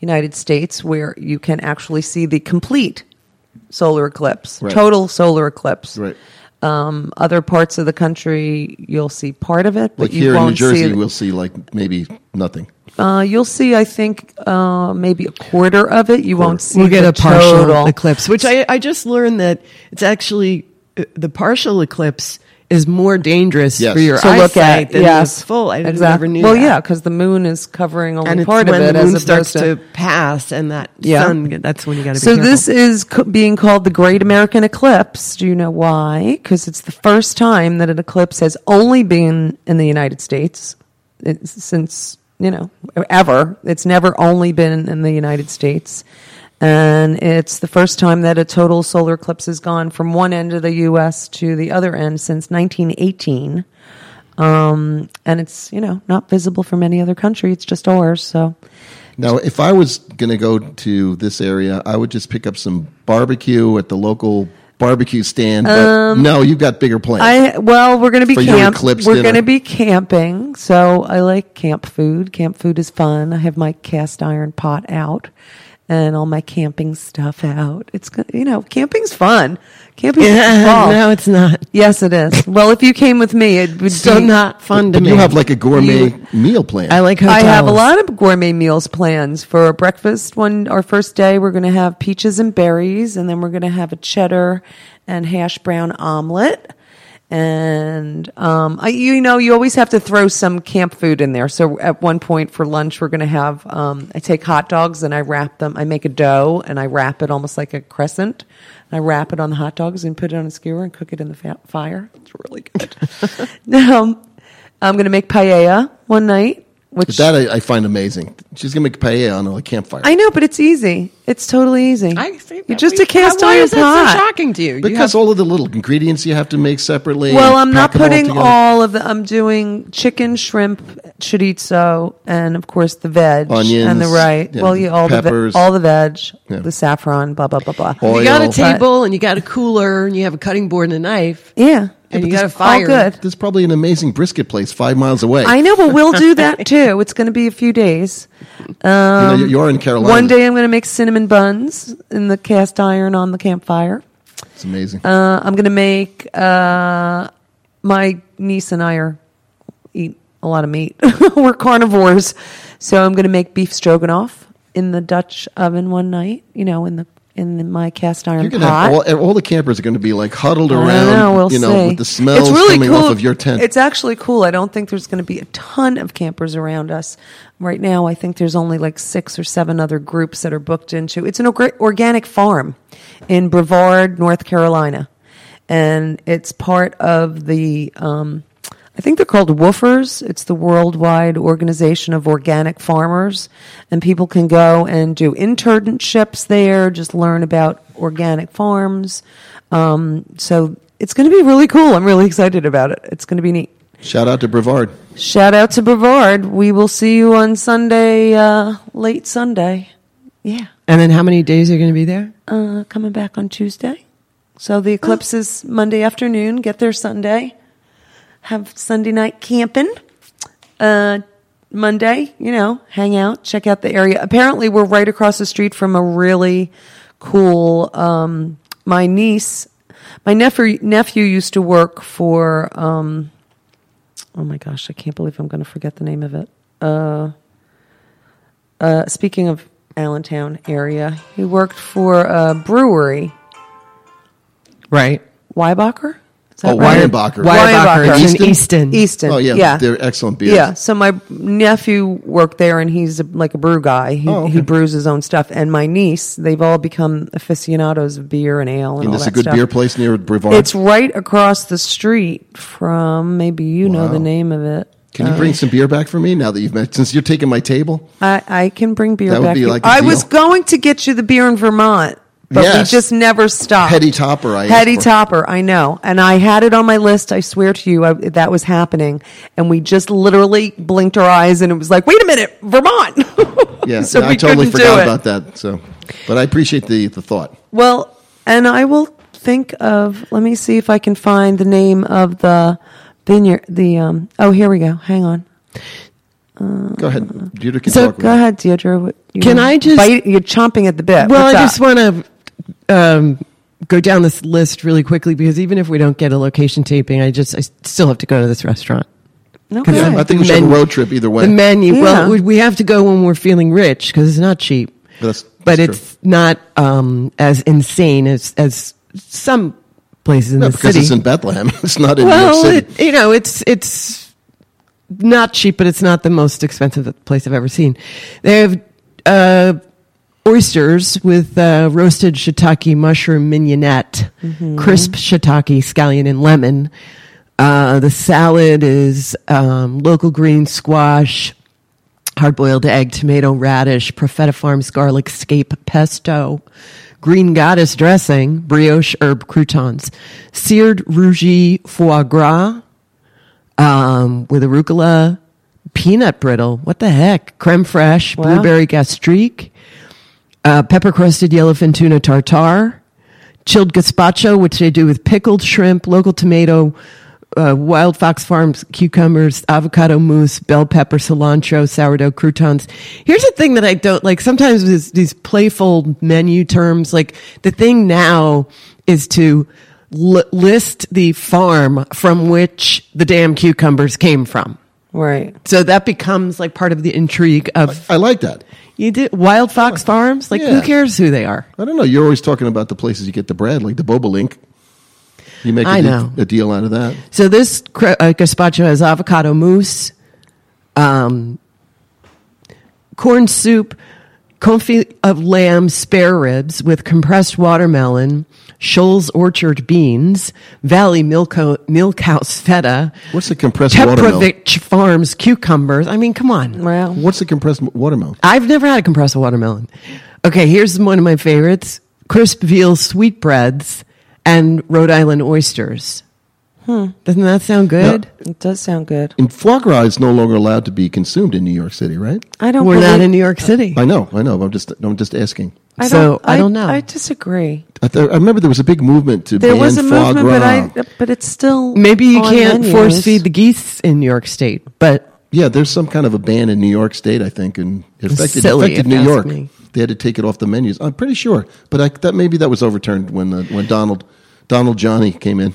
Speaker 2: United States where you can actually see the complete solar eclipse,
Speaker 3: Right.
Speaker 2: total solar eclipse.
Speaker 3: right.
Speaker 2: Um, other parts of the country, you'll see part of it, but
Speaker 3: Like
Speaker 2: you
Speaker 3: here in
Speaker 2: won't
Speaker 3: New Jersey,
Speaker 2: see
Speaker 3: we'll see like maybe nothing.
Speaker 2: uh, you'll see, I think, uh, maybe a quarter of it. You won't see.
Speaker 1: we'll get
Speaker 2: the
Speaker 1: a partial
Speaker 2: total.
Speaker 1: eclipse, which I I just learned that it's actually uh, the partial eclipse is more dangerous
Speaker 3: Yes.
Speaker 1: for your
Speaker 2: to
Speaker 1: eyesight
Speaker 2: look at.
Speaker 1: than
Speaker 2: yes,
Speaker 1: the full. I didn't- never
Speaker 2: exactly.
Speaker 1: knew.
Speaker 2: Well,
Speaker 1: that.
Speaker 2: yeah, because the moon is covering only
Speaker 1: and it's
Speaker 2: part
Speaker 1: when
Speaker 2: of it.
Speaker 1: the moon
Speaker 2: as
Speaker 1: starts to
Speaker 2: opposed to,
Speaker 1: pass, and that
Speaker 2: Yeah.
Speaker 1: sun. That's when you got to be
Speaker 2: so
Speaker 1: careful.
Speaker 2: this is c- being called the Great American Eclipse. Do you know why? Because it's the first time that an eclipse has only been in the United States it's, since you know ever. It's never only been in the United States, and it's the first time that a total solar eclipse has gone from one end of the U.S. to the other end since 1918. Um, and it's you know not visible from any other country. It's just ours. So
Speaker 3: Now, if I was going to go to this area, I would just pick up some barbecue at the local barbecue stand. But no, you've got bigger plans.
Speaker 2: Um, I well, we're going to be
Speaker 3: For your
Speaker 2: camp.
Speaker 3: eclipse
Speaker 2: We're
Speaker 3: dinner.
Speaker 2: going to be camping, so I like camp food. Camp food is fun. I have my cast iron pot out and all my camping stuff out. It's go- you know, camping's fun. Camping's fun.
Speaker 1: [laughs] [laughs] no, it's not.
Speaker 2: Yes, it is. Well, if you came with me, it would
Speaker 1: So
Speaker 2: be
Speaker 1: not fun to
Speaker 3: but
Speaker 1: me.
Speaker 3: you have like a gourmet meal plan.
Speaker 1: I like hotels.
Speaker 2: I have a lot of gourmet meals plans for breakfast. One our first day, we're going to have peaches and berries, and then we're going to have a cheddar and hash brown omelet. And um, I, you know, you always have to throw some camp food in there. So at one point for lunch, we're going to have um, I take hot dogs and I wrap them. I make a dough and I wrap it almost like a crescent. I wrap it on the hot dogs and put it on a skewer and cook it in the fa- [laughs] fire. It's really good. um, I'm going to make paella one night Which
Speaker 3: But that I, I find amazing. She's gonna make paella on a campfire.
Speaker 2: I know, but it's easy. It's totally easy.
Speaker 1: I see.
Speaker 2: You're just a cast
Speaker 1: Why
Speaker 2: iron
Speaker 1: is that
Speaker 2: pot.
Speaker 1: so shocking to you? You
Speaker 3: because
Speaker 1: have-
Speaker 3: all of the little ingredients you have to make separately.
Speaker 2: Well,
Speaker 3: and
Speaker 2: I'm not
Speaker 3: pack 'em all
Speaker 2: putting all,
Speaker 3: together.
Speaker 2: of the. I'm doing chicken, shrimp, chorizo, and of course the veg
Speaker 3: Onions,
Speaker 2: and the right.
Speaker 3: yeah,
Speaker 2: well, you all
Speaker 3: peppers.
Speaker 2: the ve- all the veg,
Speaker 3: Yeah.
Speaker 2: the saffron, blah blah blah blah.
Speaker 3: Oil.
Speaker 1: you got a
Speaker 3: But-
Speaker 1: table and you got a cooler and you have a cutting board and a knife.
Speaker 2: Yeah,
Speaker 1: And
Speaker 2: But
Speaker 1: you got
Speaker 2: this-
Speaker 1: a fire.
Speaker 2: All good.
Speaker 3: There's probably an amazing brisket place five miles away.
Speaker 2: I know, but we'll
Speaker 1: [laughs]
Speaker 2: do that too. It's going to be a few days. Um,
Speaker 3: you know, you're in Carolina.
Speaker 2: One day I'm going to make cinnamon buns in the cast iron on the campfire.
Speaker 3: It's amazing.
Speaker 2: Uh, I'm going to make uh, my niece and I are eat a lot of meat. [laughs] We're carnivores, so I'm going to make beef stroganoff in the Dutch oven one night. You know, in the in the, my cast iron
Speaker 3: You're gonna
Speaker 2: pot.
Speaker 3: have all, and all the campers are going to be like huddled
Speaker 2: I
Speaker 3: around,
Speaker 2: don't know. We'll
Speaker 3: you know,
Speaker 2: see.
Speaker 3: with the smells
Speaker 2: It's really
Speaker 3: coming
Speaker 2: cool.
Speaker 3: off of your tent.
Speaker 2: It's actually cool. I don't think there's going to be a ton of campers around us right now. I think there's only like six or seven other groups that are booked into. It's an orga- organic farm in Brevard, North Carolina, and it's part of the. Um, I think they're called woofers. It's the worldwide organization of organic farmers, and people can go and do internships there, just learn about organic farms. Um, so it's going to be really cool. I'm really excited about it. It's going to be neat.
Speaker 3: Shout out to Brevard.
Speaker 2: Shout out to Brevard. We will see you on Sunday, uh, late Sunday. Yeah,
Speaker 1: And then how many days are you going to be there?
Speaker 2: uh, coming back on Tuesday. So the eclipse is Monday afternoon. Get there Sunday. Have Sunday night camping. Uh, Monday, you know, hang out, check out the area. Apparently, we're right across the street from a really cool. Um, my niece, my nephew, nephew used to work for. Um, oh my gosh, I can't believe I'm going to forget the name of it. Uh, uh, speaking of Allentown area, he worked for a brewery,
Speaker 1: Right.
Speaker 2: Weibacher. Is
Speaker 3: Oh,
Speaker 1: Weyerbacher.
Speaker 3: Weinbacher.
Speaker 2: Weyerbacher.
Speaker 1: It's in Easton.
Speaker 2: Easton.
Speaker 3: Oh, yeah,
Speaker 2: yeah.
Speaker 3: they're excellent beers.
Speaker 2: Yeah. So my nephew worked there, and he's a, like a brew guy. He,
Speaker 3: Oh, okay.
Speaker 2: he brews his own stuff. And my niece, they've all become aficionados of beer and ale, and,
Speaker 3: And
Speaker 2: all
Speaker 3: this is
Speaker 2: that
Speaker 3: a good
Speaker 2: stuff.
Speaker 3: beer place near Brevard.
Speaker 2: It's right across the street from maybe you know
Speaker 3: Wow.
Speaker 2: the name of it.
Speaker 3: Can you
Speaker 2: uh,
Speaker 3: bring some beer back for me now that you've met? Since you're taking my table,
Speaker 2: I, I can bring beer
Speaker 3: That would
Speaker 2: back.
Speaker 3: be
Speaker 2: here.
Speaker 3: like a
Speaker 2: I was
Speaker 3: deal.
Speaker 2: going to get you the beer in Vermont, but
Speaker 3: Yes.
Speaker 2: we just never stopped.
Speaker 3: Petty Topper, I asked
Speaker 2: Petty
Speaker 3: for.
Speaker 2: Topper, I know, and I had it on my list. I swear to you, I, that was happening, and we just literally blinked our eyes, and it was like, wait a minute, Vermont. [laughs]
Speaker 3: yeah,
Speaker 2: so
Speaker 3: no,
Speaker 2: we
Speaker 3: I totally
Speaker 2: couldn't
Speaker 3: forgot
Speaker 2: do it.
Speaker 3: about that. So, but I appreciate the the thought.
Speaker 2: Well, and I will think of. Let me see if I can find the name of the vineyard. The um. Oh, here we go. Hang on.
Speaker 3: Go ahead, Dieter can
Speaker 1: So
Speaker 3: talk.
Speaker 2: Go ahead, Deirdre. You
Speaker 1: Can I just-
Speaker 2: Bite, you're chomping at the bit.
Speaker 1: Well,
Speaker 2: What's
Speaker 1: I
Speaker 2: up?
Speaker 1: just want to um, go down this list really quickly because even if we don't get a location taping, I just I still have to go to this restaurant.
Speaker 2: Okay.
Speaker 1: 'Cause
Speaker 3: Yeah, I think we should have a road trip either way.
Speaker 1: The menu.
Speaker 2: Yeah.
Speaker 1: Well, we- we have to go when we're feeling rich because it's not cheap.
Speaker 3: That's-
Speaker 1: but
Speaker 3: that's
Speaker 1: it's not um, as insane as as some places in
Speaker 3: No,
Speaker 1: the
Speaker 3: because
Speaker 1: city.
Speaker 3: it's in Bethlehem. [laughs] It's not in
Speaker 1: well,
Speaker 3: New York City.
Speaker 1: it, you know, it's it's not cheap, but it's not the most expensive place I've ever seen. They have uh, oysters with uh, roasted shiitake mushroom mignonette,
Speaker 3: Mm-hmm.
Speaker 1: crisp shiitake scallion and lemon. Uh, the salad is um, local green squash, hard boiled egg, tomato radish, Profeta Farms garlic scape pesto, green goddess dressing, brioche herb croutons, seared rougi foie gras um, with arugula, peanut brittle. What the heck? Creme fraiche,
Speaker 2: Wow.
Speaker 1: blueberry gastrique, uh, pepper crusted yellowfin tuna tartare, chilled gazpacho, which they do with pickled shrimp, local tomato, uh, wild fox farms, cucumbers, avocado mousse, bell pepper, cilantro, sourdough croutons. Here's the thing that I don't like. Sometimes these, these playful menu terms, like the thing now is to l- list the farm from which the damn cucumbers came from.
Speaker 2: Right.
Speaker 1: So that becomes like part of the intrigue of
Speaker 3: I like that.
Speaker 1: you did Wild Fox Farms. Like
Speaker 3: Yeah.
Speaker 1: who cares who they are?
Speaker 3: I don't know. You're always talking about the places you get the bread, like the Bobolink. You make a
Speaker 1: I
Speaker 3: de-
Speaker 1: know.
Speaker 3: a deal out of that.
Speaker 1: So this cre- uh, gazpacho has avocado mousse, um, corn soup, confit of lamb spare ribs with compressed watermelon, Shoals Orchard beans, Valley Milko, Milk House feta.
Speaker 3: What's the compressed watermelon?
Speaker 1: Teprovich Farms cucumbers. I mean, come on.
Speaker 2: Wow.
Speaker 3: What's the compressed watermelon?
Speaker 1: I've never had a compressed watermelon. Okay, here's one of my favorites: crisp veal sweetbreads and Rhode Island oysters. Doesn't that sound good?
Speaker 2: It does sound good.
Speaker 3: And foie gras is no longer allowed to be consumed in New York City, right?
Speaker 2: I don't.
Speaker 1: We're not
Speaker 2: believe-
Speaker 1: in New York City.
Speaker 3: I know, I know. I'm just, I'm just asking.
Speaker 2: I
Speaker 1: so, I don't know.
Speaker 2: I disagree.
Speaker 3: I, th- I remember there was a big movement to
Speaker 2: There
Speaker 3: ban
Speaker 2: was a
Speaker 3: foie
Speaker 2: movement,
Speaker 3: gras.
Speaker 2: but I. But it's still.
Speaker 1: Maybe you
Speaker 2: on
Speaker 1: can't
Speaker 2: menus.
Speaker 1: force feed the geese in New York State, but
Speaker 3: yeah, there's some kind of a ban in New York State, I think, and it affected,
Speaker 1: silly,
Speaker 3: affected
Speaker 1: if you
Speaker 3: New
Speaker 1: ask
Speaker 3: York.
Speaker 1: me.
Speaker 3: They had to take it off the menus. I'm pretty sure, but I, that maybe that was overturned when uh, when Donald Donald Johnny came in.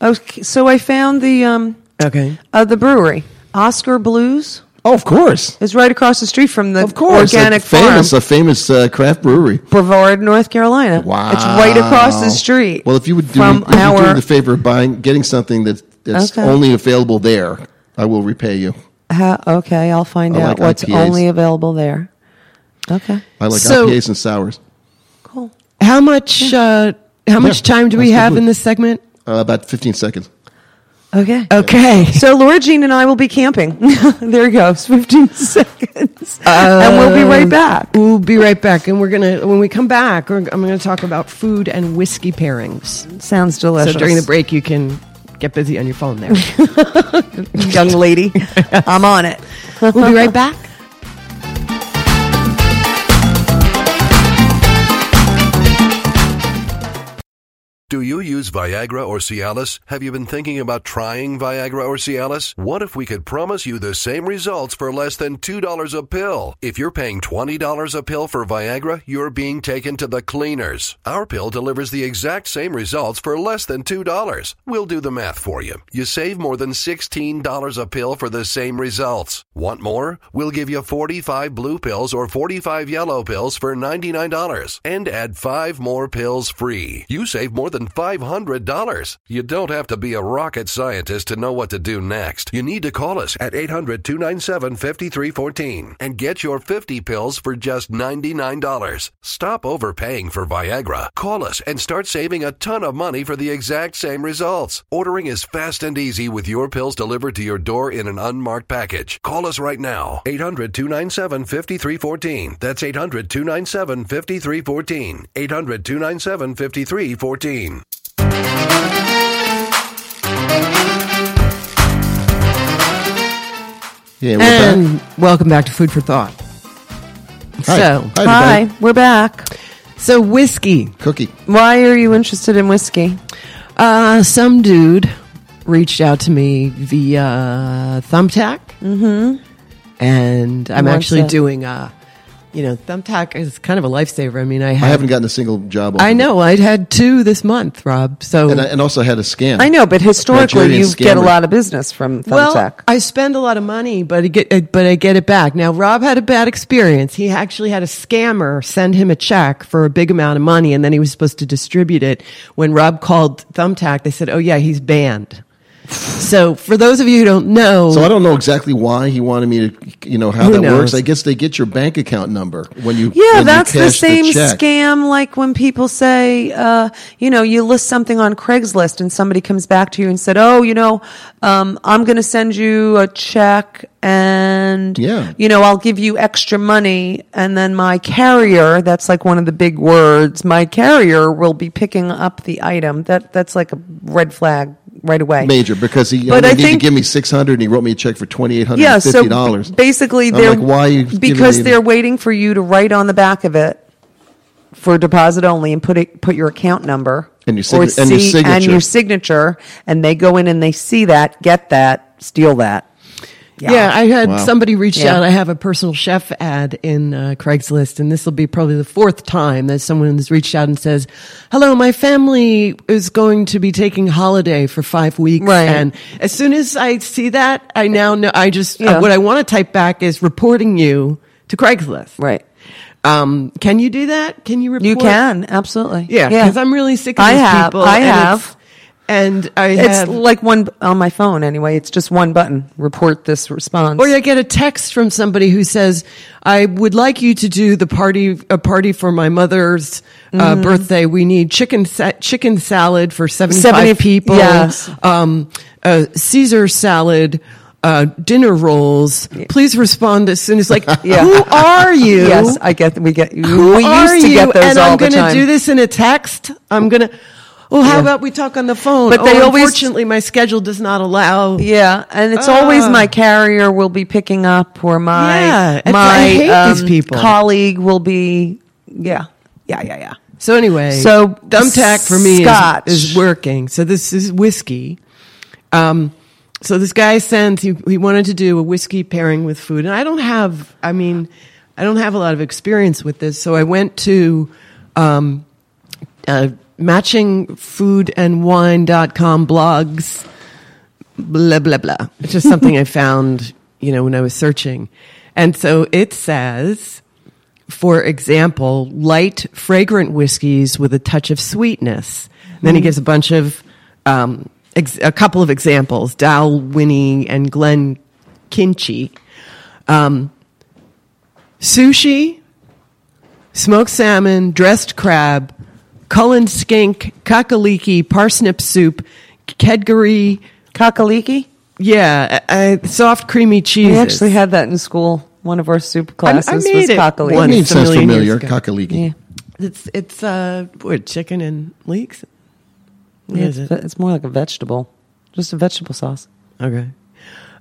Speaker 2: Okay, so I found the um,
Speaker 1: okay.
Speaker 2: uh, the brewery Oscar Blues
Speaker 3: Oh, of course,
Speaker 2: is right across the street from the
Speaker 3: of course, A
Speaker 2: organic
Speaker 3: famous
Speaker 2: farm,
Speaker 3: a famous uh, craft brewery.
Speaker 2: Brevard, North Carolina.
Speaker 3: Wow,
Speaker 2: it's right across the street.
Speaker 3: Well, if you would do,
Speaker 2: from
Speaker 3: if you do
Speaker 2: our
Speaker 3: me the favor of buying getting something that, that's
Speaker 2: Okay.
Speaker 3: only available there, I will repay you.
Speaker 2: Ha- okay, I'll find
Speaker 3: I
Speaker 2: out
Speaker 3: like
Speaker 2: what's
Speaker 3: IPAs.
Speaker 2: only available there. Okay,
Speaker 3: I like
Speaker 1: So-
Speaker 3: IPAs and sours.
Speaker 2: cool.
Speaker 1: How much? Uh, how much
Speaker 3: Yeah,
Speaker 1: time do we have
Speaker 3: absolutely.
Speaker 1: in this segment?
Speaker 3: Uh, about 15 seconds.
Speaker 2: Okay.
Speaker 1: Okay. [laughs]
Speaker 2: So Laura Jean and I will be camping. [laughs] there you go. It's 15 seconds. and we'll be right back.
Speaker 1: We'll be right back, and we're gonna when we come back, we're, I'm gonna talk about food and whiskey pairings.
Speaker 2: Sounds delicious.
Speaker 1: So during the break, you can get busy on your phone there.
Speaker 2: [laughs] young lady, I'm on it.
Speaker 1: [laughs] we'll be right back.
Speaker 7: Do you use Viagra or Cialis? Have you been thinking about trying Viagra or Cialis? What if we could promise you the same results for less than $2 a pill? If you're paying $20 a pill for Viagra, you're being taken to the cleaners. Our pill delivers the exact same results for less than $2. We'll do the math for you. You save more than $16 a pill for the same results. Want more? We'll give you 45 blue pills or 45 yellow pills for $99 and add 5 more pills free. You save more than $500. You don't have to be a rocket scientist to know what to do next. You need to call us at 800 297 5314 and get your 50 pills for just $99. Stop overpaying for Viagra. Call us and start saving a ton of money for the exact same results. Ordering is fast and easy with your pills delivered to your door in an unmarked package. Call us right now. 800 297 5314. That's 800 297 5314. 800 297 5314.
Speaker 3: Yeah, we're back.
Speaker 1: And welcome back to Food for Thought.
Speaker 3: Hi.
Speaker 1: So,
Speaker 3: Hi,
Speaker 2: Hi,
Speaker 3: everybody.
Speaker 2: we're back.
Speaker 1: so whiskey.
Speaker 3: Cookie.
Speaker 2: Why are you interested in whiskey?
Speaker 1: Uh, some dude reached out to me via Thumbtack, mm-hmm. and I'm
Speaker 2: wants
Speaker 1: actually
Speaker 2: it.
Speaker 1: doing a, you know, Thumbtack is kind of a lifesaver. I mean, I,
Speaker 3: I
Speaker 1: have,
Speaker 3: haven't gotten a single job. off
Speaker 1: I
Speaker 3: of it.
Speaker 1: know I'd had two this month, Rob. So
Speaker 3: And, I, and also had a scam.
Speaker 2: I know, but historically,
Speaker 3: Nigerian
Speaker 2: you get a
Speaker 3: scammer.
Speaker 2: lot of business from
Speaker 1: well,
Speaker 2: Thumbtack.
Speaker 1: I spend a lot of money, but I get uh, but I get it back. Now, Rob had a bad experience. He actually had a scammer send him a check for a big amount of money, and then he was supposed to distribute it. When Rob called Thumbtack, they said, "Oh yeah, he's banned." So, for those of you who don't know,
Speaker 3: So I don't know exactly why he wanted me to, you know, how
Speaker 1: Who
Speaker 3: that
Speaker 1: knows?
Speaker 3: works. I guess they get your bank account number when you.
Speaker 2: yeah,
Speaker 3: when
Speaker 2: that's
Speaker 3: you
Speaker 2: the
Speaker 3: cash
Speaker 2: same
Speaker 3: check.
Speaker 2: scam like when people say, uh, you know, you list something on Craigslist and somebody comes back to you and said, oh, you know, um, I'm going to send you a check and,
Speaker 3: Yeah.
Speaker 2: you know, I'll give you extra money. And then my carrier, that's like one of the big words, my carrier will be picking up the item. That That's like a red flag right away.
Speaker 3: Major because he
Speaker 2: But
Speaker 3: only
Speaker 2: I
Speaker 3: needed
Speaker 2: think-
Speaker 3: to give me six hundred and he wrote me a check for twenty eight hundred
Speaker 2: yeah,
Speaker 3: and
Speaker 2: so
Speaker 3: fifty dollars.
Speaker 2: basically,
Speaker 3: I'm
Speaker 2: they're
Speaker 3: like, why are you giving
Speaker 2: because
Speaker 3: me-
Speaker 2: they're waiting for you to write on the back of it for deposit only and put it put your account number
Speaker 3: And your
Speaker 2: or
Speaker 3: signa- and your
Speaker 2: see- and
Speaker 3: signature.
Speaker 2: your signature, and they go in and they see that, get that, steal that.
Speaker 1: yeah. I had
Speaker 3: Wow.
Speaker 1: somebody reached
Speaker 2: Yeah.
Speaker 1: out. I have a personal chef ad in uh, Craigslist, and this will be probably the fourth time that someone has reached out and says, "Hello, my family is going to be taking holiday for five weeks."
Speaker 2: Right.
Speaker 1: And as soon as I see that, I now know. I just uh,
Speaker 2: Yeah.
Speaker 1: what I want to type back is reporting you to Craigslist.
Speaker 2: right.
Speaker 1: Um, can you do that? Can you report?
Speaker 2: You can absolutely.
Speaker 1: Yeah, because I'm really sick of
Speaker 2: I
Speaker 1: these
Speaker 2: have.
Speaker 1: people.
Speaker 2: I
Speaker 1: and
Speaker 2: have.
Speaker 1: it's- And I
Speaker 2: It's
Speaker 1: had,
Speaker 2: like one on my phone anyway. It's just one button. Report this response.
Speaker 1: or I get a text from somebody who says, "I would like you to do the party a party for my mother's
Speaker 2: Mm-hmm.
Speaker 1: uh, birthday. We need chicken sa- chicken salad for seventy five
Speaker 2: 70
Speaker 1: people.
Speaker 2: yes.
Speaker 1: Um, uh, Caesar salad." Uh, dinner rolls. Please respond as soon as. Like,
Speaker 2: [laughs] Yeah.
Speaker 1: who are you?
Speaker 2: Yes, I get. We get.
Speaker 1: Who
Speaker 2: we
Speaker 1: are
Speaker 2: used to
Speaker 1: you?
Speaker 2: get those
Speaker 1: and
Speaker 2: all
Speaker 1: I'm
Speaker 2: the
Speaker 1: going to
Speaker 2: time.
Speaker 1: do this in a text. I'm going to. Well, how
Speaker 2: Yeah.
Speaker 1: about we talk on the phone?
Speaker 2: But
Speaker 1: Oh,
Speaker 2: they always-
Speaker 1: unfortunately, my schedule does not allow.
Speaker 2: Yeah, and it's always my carrier will be picking up, or my
Speaker 1: Ah. Yeah, it's- I
Speaker 2: my
Speaker 1: hate these
Speaker 2: um,
Speaker 1: people.
Speaker 2: colleague will be. Yeah, yeah, yeah, yeah.
Speaker 1: So anyway,
Speaker 2: So,
Speaker 1: thumbtack for me
Speaker 2: Scotch.
Speaker 1: is, is working. So this is whiskey. Um, so this guy sends he he wanted to do a whiskey pairing with food, and I don't have. I mean, I don't have a lot of experience with this. So I went to um, uh, matchingfoodandwine.com blogs, blah blah blah. It's just
Speaker 2: [laughs]
Speaker 1: something I found, you know, when I was searching, and so it says for example, light, fragrant whiskeys with a touch of sweetness. And then he gives a bunch of, um, ex- a couple of examples: Dalwhinnie and Glen Kinchy, um, sushi, smoked salmon, dressed crab, Cullen skink, kakaliki, parsnip soup, kedgeree,
Speaker 2: Kakaliki.
Speaker 1: yeah, uh, soft creamy cheese.
Speaker 2: We actually had that in school. One of our soup classes
Speaker 1: made
Speaker 2: was
Speaker 1: it
Speaker 2: kakaliki.
Speaker 1: once.
Speaker 3: That name
Speaker 1: It's a
Speaker 3: sounds
Speaker 1: million
Speaker 3: familiar.
Speaker 1: years ago.
Speaker 3: Kakaliki.
Speaker 1: It's it's uh what chicken and leeks. What
Speaker 2: Yeah,
Speaker 1: is
Speaker 2: it's,
Speaker 1: it?
Speaker 2: ve- it's more like a vegetable, just a vegetable sauce.
Speaker 1: Okay.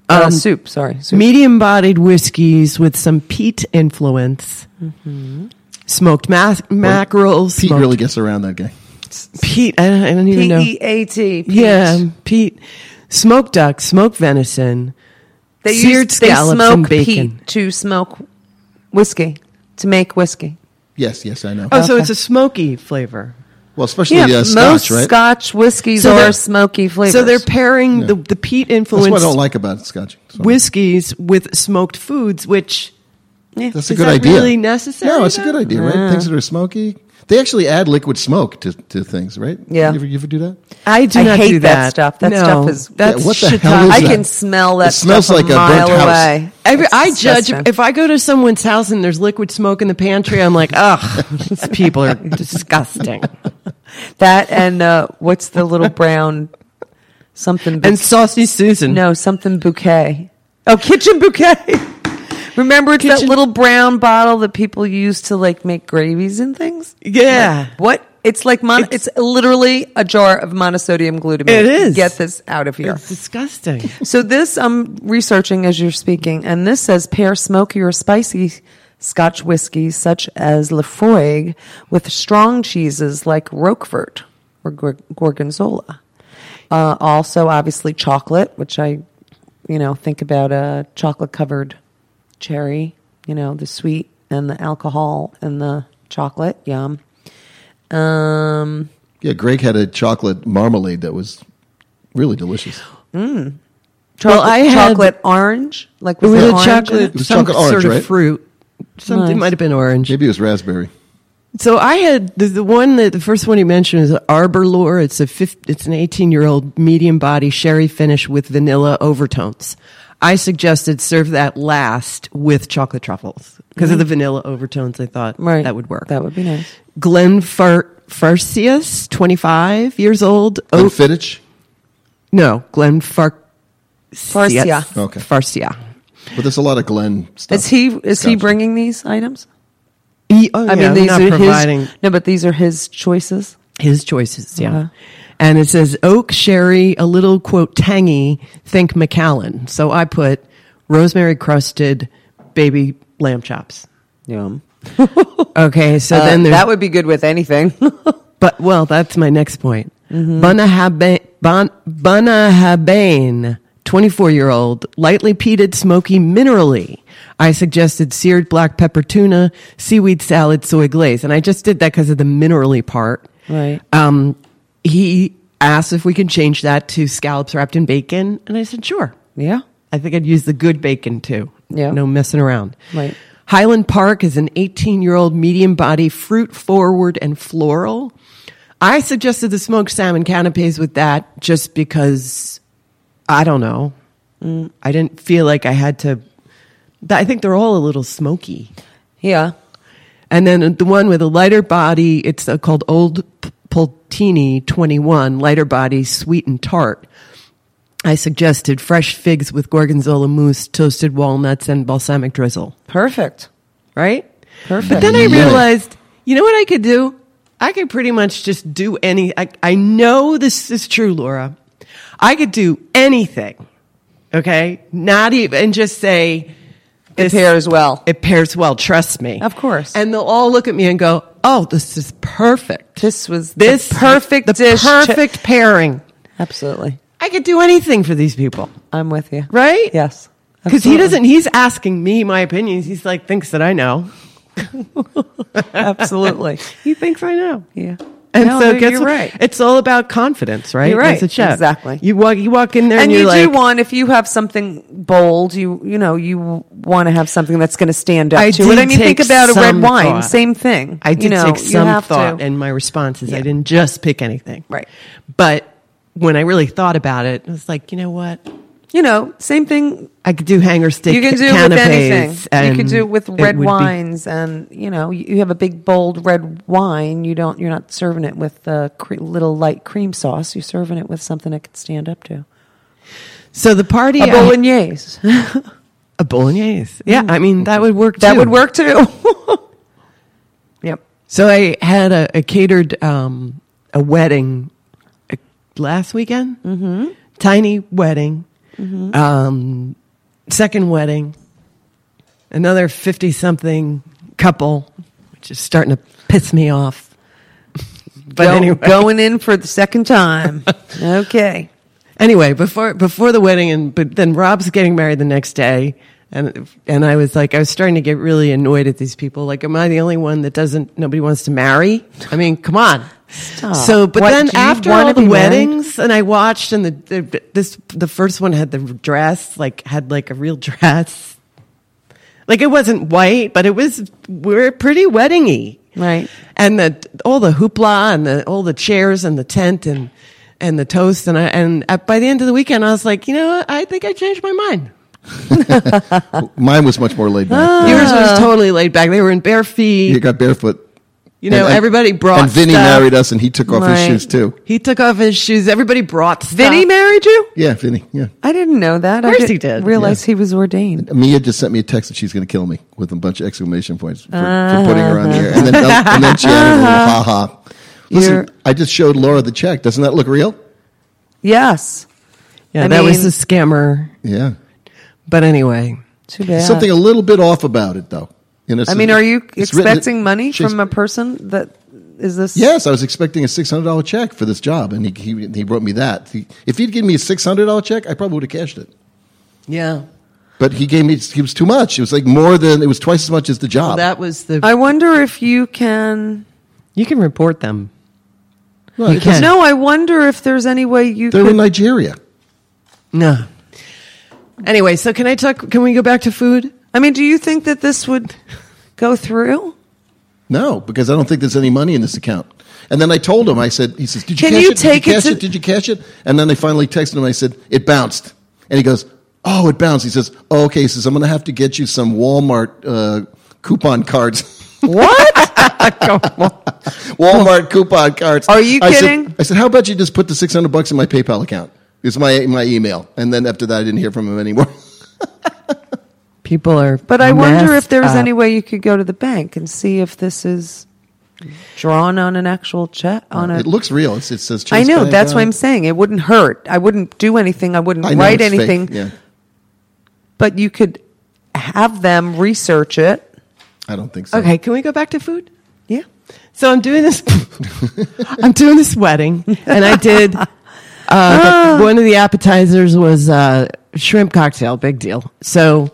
Speaker 2: Uh,
Speaker 1: Um,
Speaker 2: soup. Sorry, soup.
Speaker 1: Medium bodied whiskeys with some peat influence. Mm-hmm. Smoked ma- mackerel.
Speaker 3: Pete
Speaker 1: smoked-
Speaker 3: really gets around that guy.
Speaker 1: Peat. I don't, I don't even
Speaker 2: P
Speaker 1: know.
Speaker 2: E A T. peach.
Speaker 1: Yeah, um, peat. Smoked duck, smoked venison.
Speaker 2: They use
Speaker 1: seared
Speaker 2: they
Speaker 1: scallops
Speaker 2: smoke
Speaker 1: and bacon.
Speaker 2: peat to smoke whiskey to make whiskey.
Speaker 3: Yes, yes, I know.
Speaker 1: Oh, so it's a smoky flavor.
Speaker 3: well, especially uh,
Speaker 2: most
Speaker 3: Scotch, right?
Speaker 2: Scotch whiskeys
Speaker 1: So
Speaker 2: are
Speaker 1: they're-
Speaker 2: smoky flavors.
Speaker 1: So they're pairing the, the peat
Speaker 3: That's what I
Speaker 1: influenced
Speaker 3: don't like about Scotch. So-
Speaker 1: whiskeys with smoked foods, which
Speaker 3: That's a
Speaker 1: Is
Speaker 3: good
Speaker 1: that
Speaker 3: idea.
Speaker 1: really necessary,
Speaker 3: No, it's a
Speaker 1: though?
Speaker 3: good idea, right? Things that are smoky. They actually add liquid smoke to, to things, right?
Speaker 2: Yeah.
Speaker 3: You ever, you ever do that?
Speaker 1: I do
Speaker 2: I
Speaker 1: not
Speaker 2: hate
Speaker 1: do
Speaker 2: that
Speaker 1: that,
Speaker 2: stuff. That
Speaker 1: No,
Speaker 2: stuff is-
Speaker 1: that's
Speaker 3: Yeah, what the
Speaker 1: shit
Speaker 3: hell
Speaker 1: talk.
Speaker 3: is
Speaker 2: I
Speaker 3: that?
Speaker 2: can smell that.
Speaker 3: It smells
Speaker 2: stuff
Speaker 3: like a
Speaker 2: mile
Speaker 3: burnt house.
Speaker 2: away.
Speaker 1: Every,
Speaker 2: It's
Speaker 1: I judge
Speaker 2: disgusting.
Speaker 1: if I go to someone's house and there's liquid smoke in the pantry, I'm like, ugh, these people are disgusting.
Speaker 2: that and uh, what's the
Speaker 3: [laughs]
Speaker 2: little brown something bou-
Speaker 1: And saucy Susan,
Speaker 2: no something bouquet. Oh, kitchen bouquet. [laughs] Remember, it's that
Speaker 1: Kitchen-
Speaker 2: little brown bottle that people use to like make gravies and things.
Speaker 1: yeah,
Speaker 2: What? It's like mon- it's, literally a jar of monosodium glutamate.
Speaker 1: It is.
Speaker 2: Get this out of here.
Speaker 1: it's disgusting.
Speaker 2: So this I'm researching as you're speaking, and this says pair smoky or spicy Scotch whiskies such as Lafroig with strong cheeses like Roquefort or Gor- Gorgonzola. Uh, also, obviously, chocolate, which I, you know, think about a chocolate covered cherry. You know, the sweet and the alcohol and the chocolate. Yum. Um,
Speaker 3: Yeah, Greg had a chocolate marmalade that was really delicious.
Speaker 2: chocolate,
Speaker 1: I had-
Speaker 2: chocolate orange, like
Speaker 1: It
Speaker 2: with
Speaker 1: was
Speaker 2: the
Speaker 1: a
Speaker 2: orange in it?
Speaker 1: chocolate,
Speaker 3: It was
Speaker 1: some
Speaker 3: chocolate orange,
Speaker 1: sort of
Speaker 3: right?
Speaker 1: fruit. Something
Speaker 2: Nice.
Speaker 1: might have been orange.
Speaker 3: Maybe it was raspberry.
Speaker 1: So I had the, the one that the first one you mentioned is Arbor Lore. It's a fif- it's an 18 year old medium body sherry finish with vanilla overtones. I suggested serve that last with chocolate truffles because of the vanilla overtones. I thought
Speaker 2: Mm-hmm. Right.
Speaker 1: that would work.
Speaker 2: That would be nice.
Speaker 1: Glenn Far- Farcius, 25 years old. Oh,
Speaker 3: Oh, Fittich.
Speaker 1: no, Glenn Far-
Speaker 2: Farcia.
Speaker 3: Okay.
Speaker 1: Farcia.
Speaker 3: But there's a lot of Glen stuff.
Speaker 2: Is he is he
Speaker 3: Gotcha.
Speaker 2: bringing these items?
Speaker 1: He- oh, yeah,
Speaker 2: these
Speaker 1: not providing.
Speaker 2: his. No, but these are his choices.
Speaker 1: His choices, yeah.
Speaker 2: Uh-huh.
Speaker 1: And it says oak, sherry, a little quote tangy. Think Macallan. So I put rosemary crusted baby lamb chops.
Speaker 2: Yum.
Speaker 1: Okay, so then there's
Speaker 2: Uh, that would be good with anything. [laughs]
Speaker 1: but well, that's my next point.
Speaker 2: Mm-hmm.
Speaker 1: Bunahabane, Bun- Bunahabane, 24 year old, lightly peated, smoky, minerally. I suggested seared black pepper tuna, seaweed salad, soy glaze. And I just did that because of the minerally part.
Speaker 2: Right.
Speaker 1: Um, he asked if we could change that to scallops wrapped in bacon. And I said, sure.
Speaker 2: yeah.
Speaker 1: I think I'd use the good bacon too.
Speaker 2: Yeah.
Speaker 1: No messing around.
Speaker 2: Right.
Speaker 1: Highland Park is an 18 year old medium body, fruit forward and floral. I suggested the smoked salmon canapes with that just because I don't know.
Speaker 2: Mm.
Speaker 1: I didn't feel like I had to. but I think they're all a little smoky.
Speaker 2: Yeah.
Speaker 1: And then the one with a lighter body, it's uh, called Old P- Pultini 21, lighter body, sweet and tart. I suggested fresh figs with gorgonzola mousse, toasted walnuts, and balsamic drizzle.
Speaker 2: Perfect.
Speaker 1: Right?
Speaker 2: Perfect.
Speaker 1: But then I
Speaker 3: Yeah.
Speaker 1: realized, you know what I could do? I could pretty much just do any. I, I know this is true, Laura. I could do anything. Okay? Not even, and just say,
Speaker 2: it
Speaker 1: this-
Speaker 2: pairs well.
Speaker 1: it pairs well. Trust me.
Speaker 2: Of course.
Speaker 1: And they'll all look at me and go, "Oh, this is perfect.
Speaker 2: This was the
Speaker 1: this
Speaker 2: perfect
Speaker 1: the
Speaker 2: dish to-
Speaker 1: perfect pairing.
Speaker 2: Absolutely.
Speaker 1: I could do anything for these people,
Speaker 2: I'm with you.
Speaker 1: right?
Speaker 2: Yes.
Speaker 1: Because he
Speaker 2: Absolutely.
Speaker 1: doesn't. He's asking me my opinions. He's like thinks that I know. [laughs]
Speaker 2: Absolutely.
Speaker 1: He thinks I know.
Speaker 2: Yeah.
Speaker 1: And
Speaker 2: No,
Speaker 1: so,
Speaker 2: no,
Speaker 1: guess
Speaker 2: you're
Speaker 1: what?
Speaker 2: right.
Speaker 1: It's all about confidence, right?
Speaker 2: You're right.
Speaker 1: As a chef.
Speaker 2: Exactly.
Speaker 1: You walk. You walk in there, and,
Speaker 2: and you
Speaker 1: you're
Speaker 2: do
Speaker 1: like,
Speaker 2: want if you have something bold you you know you want to have something that's going to stand up
Speaker 1: I
Speaker 2: to it
Speaker 1: did
Speaker 2: i mean think
Speaker 1: take
Speaker 2: about a red
Speaker 1: some
Speaker 2: wine
Speaker 1: thought.
Speaker 2: same thing
Speaker 1: I did
Speaker 2: you know,
Speaker 1: take
Speaker 2: you
Speaker 1: some
Speaker 2: have
Speaker 1: thought
Speaker 2: to.
Speaker 1: in my responses. I
Speaker 2: Yeah.
Speaker 1: didn't just pick anything.
Speaker 2: Right.
Speaker 1: But when I really thought about it, I was like, you know what?
Speaker 2: you know same thing
Speaker 1: I could do hanger stick.
Speaker 2: you can do
Speaker 1: canapes
Speaker 2: with anything you
Speaker 1: and
Speaker 2: could do with
Speaker 1: it
Speaker 2: red
Speaker 1: would be-
Speaker 2: wines and you know you- you have a big bold red wine you don't you're not serving it with a cre- little light cream sauce you're serving it with something that could stand up to
Speaker 1: so the party,
Speaker 2: a
Speaker 1: [laughs]
Speaker 2: bolognese
Speaker 1: I, a bolognese. Yeah, I mean that would work.
Speaker 2: that
Speaker 1: too.
Speaker 2: would
Speaker 1: [laughs]
Speaker 2: work too yep
Speaker 1: So I had a, a catered um, a wedding uh, last weekend. Mm-hmm. Tiny wedding,
Speaker 2: Mm-hmm.
Speaker 1: um, second wedding. Another fifty-something couple, which is starting to piss me off. [laughs] But
Speaker 2: Go-
Speaker 1: anyway,
Speaker 2: going in for the
Speaker 1: [laughs]
Speaker 2: second time. okay.
Speaker 1: anyway, before before the wedding, and but then Rob's getting married the next day, and and I was like, I was starting to get really annoyed at these people. Like, am I the only one that doesn't nobody wants to marry? I mean, come on.
Speaker 2: Stop.
Speaker 1: So, but
Speaker 2: What,
Speaker 1: then
Speaker 2: do you
Speaker 1: after
Speaker 2: wanna
Speaker 1: all the
Speaker 2: be married?
Speaker 1: weddings, and I watched, and the, the this the first one had the dress, like had like a real [laughs] dress. Like it wasn't white, but it was we're pretty weddingy,
Speaker 2: Right.
Speaker 1: and the all the hoopla and the all the chairs and the tent and and the toast and I, and at, by the end of the weekend I was like, you know, what? I think I changed my mind.
Speaker 3: Mine was much more laid back.
Speaker 2: Ah.
Speaker 1: Yours was totally laid back. They were in bare feet.
Speaker 3: You got barefoot.
Speaker 1: You know, everybody brought
Speaker 3: And Vinny
Speaker 1: stuff.
Speaker 3: married us, and he took off his
Speaker 2: Right.
Speaker 3: shoes too.
Speaker 1: He took off his shoes. Everybody brought stuff.
Speaker 2: Vinny married you?
Speaker 3: Yeah, Vinny. Yeah.
Speaker 2: Uh, I didn't know that.
Speaker 1: Of
Speaker 2: I
Speaker 1: course
Speaker 2: didn't
Speaker 1: he did.
Speaker 2: Realize he was ordained.
Speaker 3: Mia just sent me a text that she's going to kill me with a bunch of exclamation points for, for putting her on the air, and then and then she added a little ha ha. Listen,
Speaker 2: Ah. You're-
Speaker 3: I just showed Laura the check. Doesn't that look real?
Speaker 2: Yes.
Speaker 1: Yeah,
Speaker 2: I
Speaker 1: that was
Speaker 2: mean-
Speaker 1: the scammer.
Speaker 3: Yeah.
Speaker 1: But anyway,
Speaker 2: Too bad.
Speaker 3: Something a little bit off about it, though. You know,
Speaker 2: I
Speaker 3: so-
Speaker 2: mean, are you
Speaker 3: it's written-
Speaker 2: expecting money
Speaker 3: she's-
Speaker 2: from a person that is this?
Speaker 3: Yes, I was expecting a six hundred dollar check for this job, and he he, he wrote me that. He, if he'd given me a six hundred dollar check, I probably would have cashed it.
Speaker 1: yeah,
Speaker 3: But he gave me it was too much. It was like more than it was twice as much as the job.
Speaker 1: that was the.
Speaker 2: I wonder if you can.
Speaker 1: you can report them.
Speaker 3: Well,
Speaker 1: you
Speaker 3: it
Speaker 1: can.
Speaker 2: No, I wonder if there's any way you
Speaker 3: They're in
Speaker 2: could.
Speaker 3: Nigeria.
Speaker 1: No. Anyway, so can I talk? Can we go back to food?
Speaker 2: I mean, do you think that this would go through?
Speaker 3: No, because I don't think there's any money in this account. And then I told him, I said, he says, did you
Speaker 2: Can
Speaker 3: cash
Speaker 2: you
Speaker 3: it?
Speaker 2: take
Speaker 3: did you
Speaker 2: it
Speaker 3: cash
Speaker 2: to-
Speaker 3: it? Did you cash it? And then I finally texted him, I said, it bounced. And he goes, oh, it bounced. He says, oh, okay. He says, I'm going to have to get you some Walmart uh, coupon cards.
Speaker 2: [laughs]
Speaker 3: Walmart coupon cards.
Speaker 2: Are you
Speaker 3: I said-
Speaker 2: kidding?
Speaker 3: I said, how about you just put the 600 bucks in my PayPal account? It's my, my email. And then after that, I didn't hear from him anymore. [laughs]
Speaker 1: People are. uh,
Speaker 2: But I wonder if
Speaker 1: messed
Speaker 2: there's
Speaker 3: Uh,
Speaker 1: up.
Speaker 2: any way you could go to the bank and see if this is drawn on an actual check on a
Speaker 3: Uh, it looks real. It's, it says
Speaker 2: I
Speaker 3: Chase
Speaker 2: know.
Speaker 3: Bank,
Speaker 2: That's
Speaker 3: uh,
Speaker 2: why I'm saying it wouldn't hurt. I wouldn't do anything. I wouldn't
Speaker 3: I know
Speaker 2: write
Speaker 3: it's fake,
Speaker 2: anything.
Speaker 3: Yeah.
Speaker 2: But you could have them research it.
Speaker 3: I don't think so.
Speaker 1: Okay, can we go back to food?
Speaker 2: Yeah.
Speaker 1: So I'm doing [laughs] this. I'm doing this wedding, and I did. Uh, [laughs] the- one of the appetizers was uh, shrimp cocktail. Big deal. So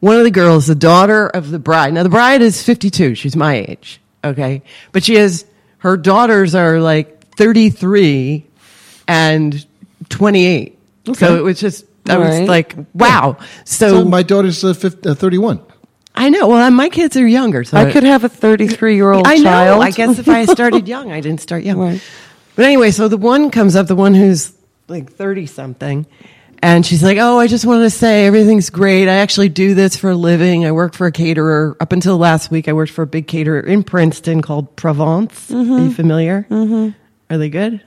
Speaker 1: one of the girls, the daughter of the bride. Now the bride is 52. She's my age. Okay, but she has her daughters are like 33 and 28. So it was just I was
Speaker 2: Right.
Speaker 1: like, wow. So,
Speaker 3: So my daughter's uh, 50, uh, 31.
Speaker 1: I know. Well, my kids are younger, so
Speaker 2: I could have a 33 year old
Speaker 1: I know.
Speaker 2: child.
Speaker 1: I guess if I
Speaker 2: [laughs]
Speaker 1: started young, I didn't start young.
Speaker 2: Right.
Speaker 1: But anyway, so the one comes up, the one who's like 30 something, and she's like, Oh, I just want to say everything's great. I actually do this for a living. I work for a caterer. Up until last week, I worked for a big caterer in Princeton called Provence. Are you familiar? Mm-hmm. Are they good?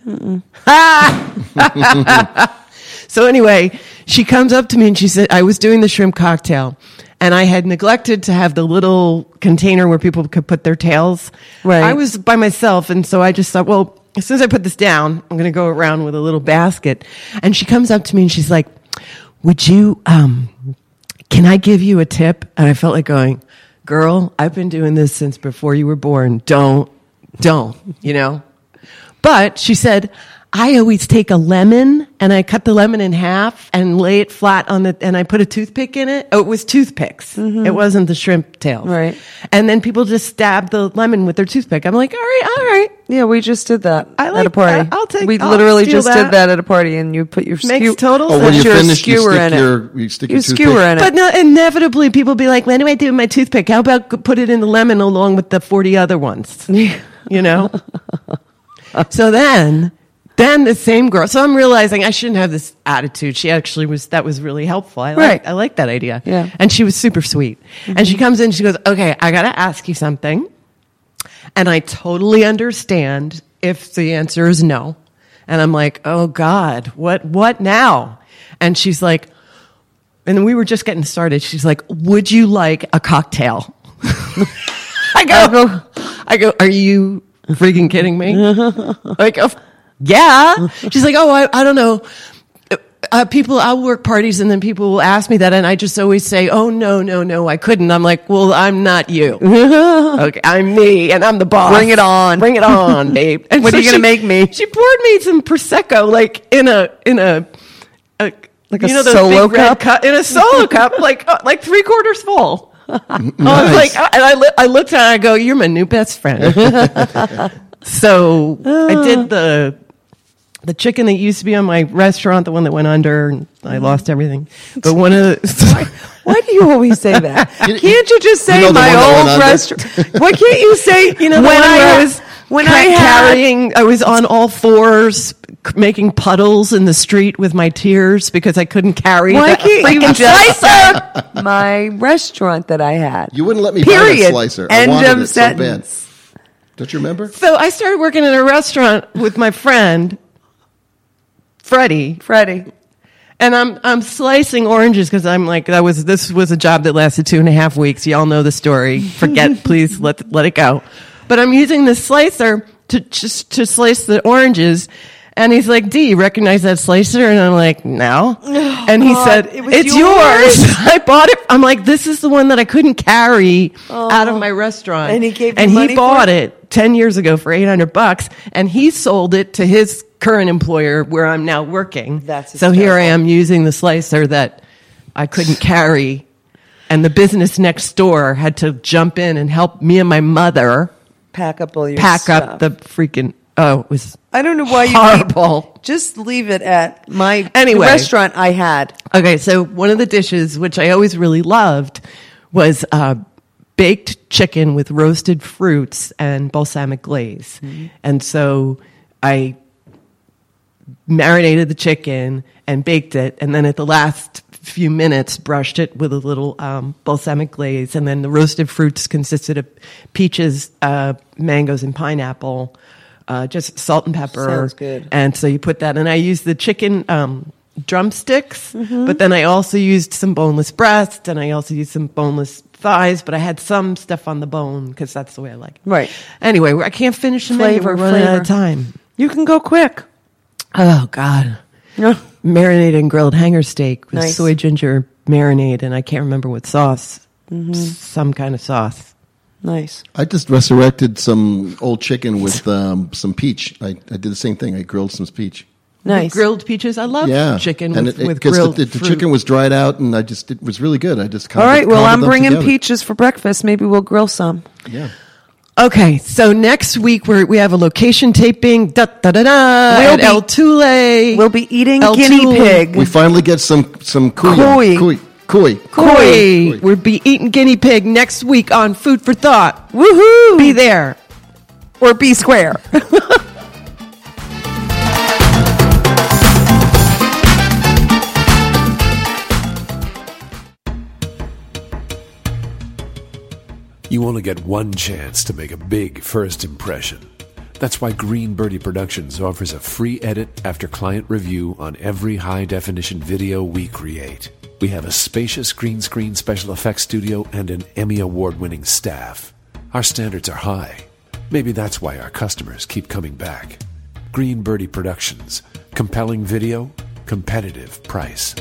Speaker 1: So anyway, she comes up to me and she said, I was doing the shrimp cocktail and I had neglected to have the little container where people could put their tails.
Speaker 2: Right.
Speaker 1: I was by myself and so I just thought, well, as soon as I put this down, I'm going to go around with a little basket. And she comes up to me and she's like, would you, um, can I give you a tip? And I felt like going, girl, I've been doing this since before you were born. Don't, don't, you know? But she said, I always take a lemon and I cut the lemon in half and lay it flat on the, and I put a toothpick in it. Oh, it was toothpicks. It wasn't the shrimp tails.
Speaker 2: Right.
Speaker 1: And then people just stab the lemon with their toothpick. I'm like, all right, all right.
Speaker 2: yeah, we just did that
Speaker 1: I
Speaker 2: at a
Speaker 1: like
Speaker 2: party.
Speaker 1: that. I'll take-
Speaker 2: We
Speaker 1: I'll
Speaker 2: literally
Speaker 1: steal
Speaker 2: just
Speaker 1: that.
Speaker 2: did that at a party, and you put your
Speaker 1: Makes
Speaker 2: skew-
Speaker 1: total
Speaker 3: Oh,
Speaker 1: sense.
Speaker 3: when
Speaker 2: put
Speaker 3: you
Speaker 2: your
Speaker 3: finish, you
Speaker 2: skewer
Speaker 3: stick
Speaker 2: in
Speaker 3: your
Speaker 2: it.
Speaker 3: you stick
Speaker 2: You
Speaker 3: your toothpick.
Speaker 2: skewer in it.
Speaker 1: But no, inevitably people be like, when do I do my toothpick? How about g- put it in the lemon along with the 40 other ones? you know? [laughs] so then, then the same girl. So I'm realizing I shouldn't have this attitude. She actually was, that was really helpful. I,
Speaker 2: Right.
Speaker 1: like, I like that idea.
Speaker 2: Yeah. Mm-hmm.
Speaker 1: And she was super sweet. And she comes in, she goes, okay, I got to ask you something. And I totally understand if the answer is no. And I'm like, oh God, what, what now? And she's like, and we were just getting started. She's like, "Would you like a cocktail?" I go, I go, "Are you freaking kidding
Speaker 2: [laughs]
Speaker 1: me?" like, of yeah. She's like, "Oh, I, I don't know." Uh, people, I'll work parties, and then people will ask me that, and I just always say, "Oh no, no, no, I couldn't." I'm like, "Well, I'm not
Speaker 2: [laughs]
Speaker 1: you. okay, I'm me, and I'm the boss.
Speaker 2: Bring it on.
Speaker 1: bring it on,
Speaker 2: [laughs]
Speaker 1: babe." And
Speaker 2: What are you gonna
Speaker 1: she-
Speaker 2: make me?
Speaker 1: She poured me some prosecco, like in a in a, a
Speaker 2: Like a
Speaker 1: you know those
Speaker 2: solo
Speaker 1: big red
Speaker 2: cup?
Speaker 1: cu- in a
Speaker 2: [laughs]
Speaker 1: solo cup, like uh, like three quarters full. I was
Speaker 3: Nice.
Speaker 1: like, and I, li- I looked at her and I go, "You're my new best friend." [laughs] so I did the the chicken that used to be on my restaurant, the one that went under, and I lost everything. But one of the
Speaker 2: [laughs] Why do you always say that?
Speaker 3: [laughs] You-
Speaker 2: can't you just say
Speaker 3: you know the
Speaker 2: my
Speaker 3: one that went
Speaker 2: old
Speaker 3: under?
Speaker 2: restaurant? Why can't [laughs] you say
Speaker 1: you know the
Speaker 2: when
Speaker 1: one
Speaker 2: I
Speaker 1: where
Speaker 2: ha-
Speaker 1: I was
Speaker 2: [laughs]
Speaker 1: [laughs]
Speaker 2: when
Speaker 1: ca-
Speaker 2: I had-
Speaker 1: carrying, I was on all fours c- making puddles in the street with my tears because I couldn't carry.
Speaker 2: Why
Speaker 1: that
Speaker 2: can't you
Speaker 1: freaking
Speaker 2: just
Speaker 1: slicer.
Speaker 2: [laughs] say
Speaker 3: [laughs]
Speaker 2: my restaurant that I had?
Speaker 3: You wouldn't let me buy
Speaker 2: Period.
Speaker 3: that slicer. I
Speaker 2: End
Speaker 3: wanted
Speaker 2: of
Speaker 3: it
Speaker 2: sentence.
Speaker 3: so bad. Don't you remember?
Speaker 1: So I started working in a restaurant with my friend Freddie,
Speaker 2: Freddie.
Speaker 1: and I'm I'm slicing oranges because I'm like that was this was a job that lasted two and a half weeks. Y'all know the story.
Speaker 2: [laughs]
Speaker 1: Forget, please let let it go. But I'm using the slicer to just to slice the oranges. And he's like, "D, you recognize that slicer?" And I'm like, "No." and he said,
Speaker 2: Oh, it was
Speaker 1: "It's
Speaker 2: yours."
Speaker 1: yours. [laughs] I bought it." I'm like, "This is the one that I couldn't carry out of my restaurant."
Speaker 2: Oh. And he gave you
Speaker 1: and
Speaker 2: money for
Speaker 1: he bought
Speaker 2: it?
Speaker 1: it? ten years ago for eight hundred bucks, and he sold it to his current employer where I'm now working.
Speaker 2: That's
Speaker 1: so here I
Speaker 2: hysterical.
Speaker 1: am using the slicer that I couldn't carry, and the business next door had to jump in and help me and my mother
Speaker 2: Pack up all your
Speaker 1: pack
Speaker 2: stuff.
Speaker 1: up the freaking. Oh, it was
Speaker 2: I don't know why you
Speaker 1: horrible.
Speaker 2: Keep, just leave it at my
Speaker 1: Anyway.
Speaker 2: the restaurant I had.
Speaker 1: Okay, so one of the dishes which I always really loved was uh, baked chicken with roasted fruits and balsamic glaze.
Speaker 2: Mm-hmm.
Speaker 1: And so I marinated the chicken and baked it, and then at the last few minutes brushed it with a little um, balsamic glaze, and then the roasted fruits consisted of peaches, uh, mangoes, and pineapple. Uh, just salt and pepper.
Speaker 2: Sounds good.
Speaker 1: And so you put that, and I used the chicken um, drumsticks,
Speaker 2: Mm-hmm.
Speaker 1: but then I also used some boneless breast, and I also used some boneless thighs, but I had some stuff on the bone because that's the way I like it.
Speaker 2: Right.
Speaker 1: Anyway, I can't finish the menu.
Speaker 2: Flavor,
Speaker 1: We're running out
Speaker 2: flavor.
Speaker 1: of time.
Speaker 2: You can go quick.
Speaker 1: Oh [laughs] God.
Speaker 2: No.
Speaker 1: Marinated and grilled hanger steak with
Speaker 2: Nice.
Speaker 1: soy ginger marinade, and I can't remember what sauce.
Speaker 2: Mm-hmm.
Speaker 1: Some kind of sauce.
Speaker 2: Nice.
Speaker 3: I just resurrected some old chicken with um, some peach. I, I did the same thing. I grilled some peach.
Speaker 2: Nice.
Speaker 1: Grilled peaches. I love
Speaker 3: Yeah,
Speaker 1: chicken
Speaker 3: And
Speaker 1: with,
Speaker 3: it- it-
Speaker 1: with
Speaker 3: 'cause
Speaker 1: grilled
Speaker 3: the, the,
Speaker 1: fruit.
Speaker 3: chicken was dried out, and I just it was really good. I just
Speaker 2: All
Speaker 3: combed-
Speaker 2: right. Well,
Speaker 3: combed
Speaker 2: I'm
Speaker 3: them
Speaker 2: bringing
Speaker 3: together.
Speaker 2: peaches for breakfast. Maybe we'll grill some.
Speaker 3: Yeah,
Speaker 1: Okay, so next week we we have a location taping. Da da da da.
Speaker 2: We'll
Speaker 1: at
Speaker 2: be-
Speaker 1: El Tule.
Speaker 2: We'll be eating
Speaker 1: El
Speaker 2: guinea
Speaker 1: Tule.
Speaker 2: pig.
Speaker 3: we finally get some some cuy.
Speaker 2: Cuy.
Speaker 3: Cuy. Koi.
Speaker 1: Koi. We'll be eating guinea pig next week on Food for Thought.
Speaker 2: Woohoo!
Speaker 1: Be there.
Speaker 2: or be square.
Speaker 8: You only get one chance to make a big first impression. That's why Green Birdie Productions offers a free edit after client review on every high definition video we create. We have a spacious green screen special effects studio and an Emmy award winning staff. Our standards are high. Maybe that's why our customers keep coming back. Green Birdie Productions. Compelling video, competitive price.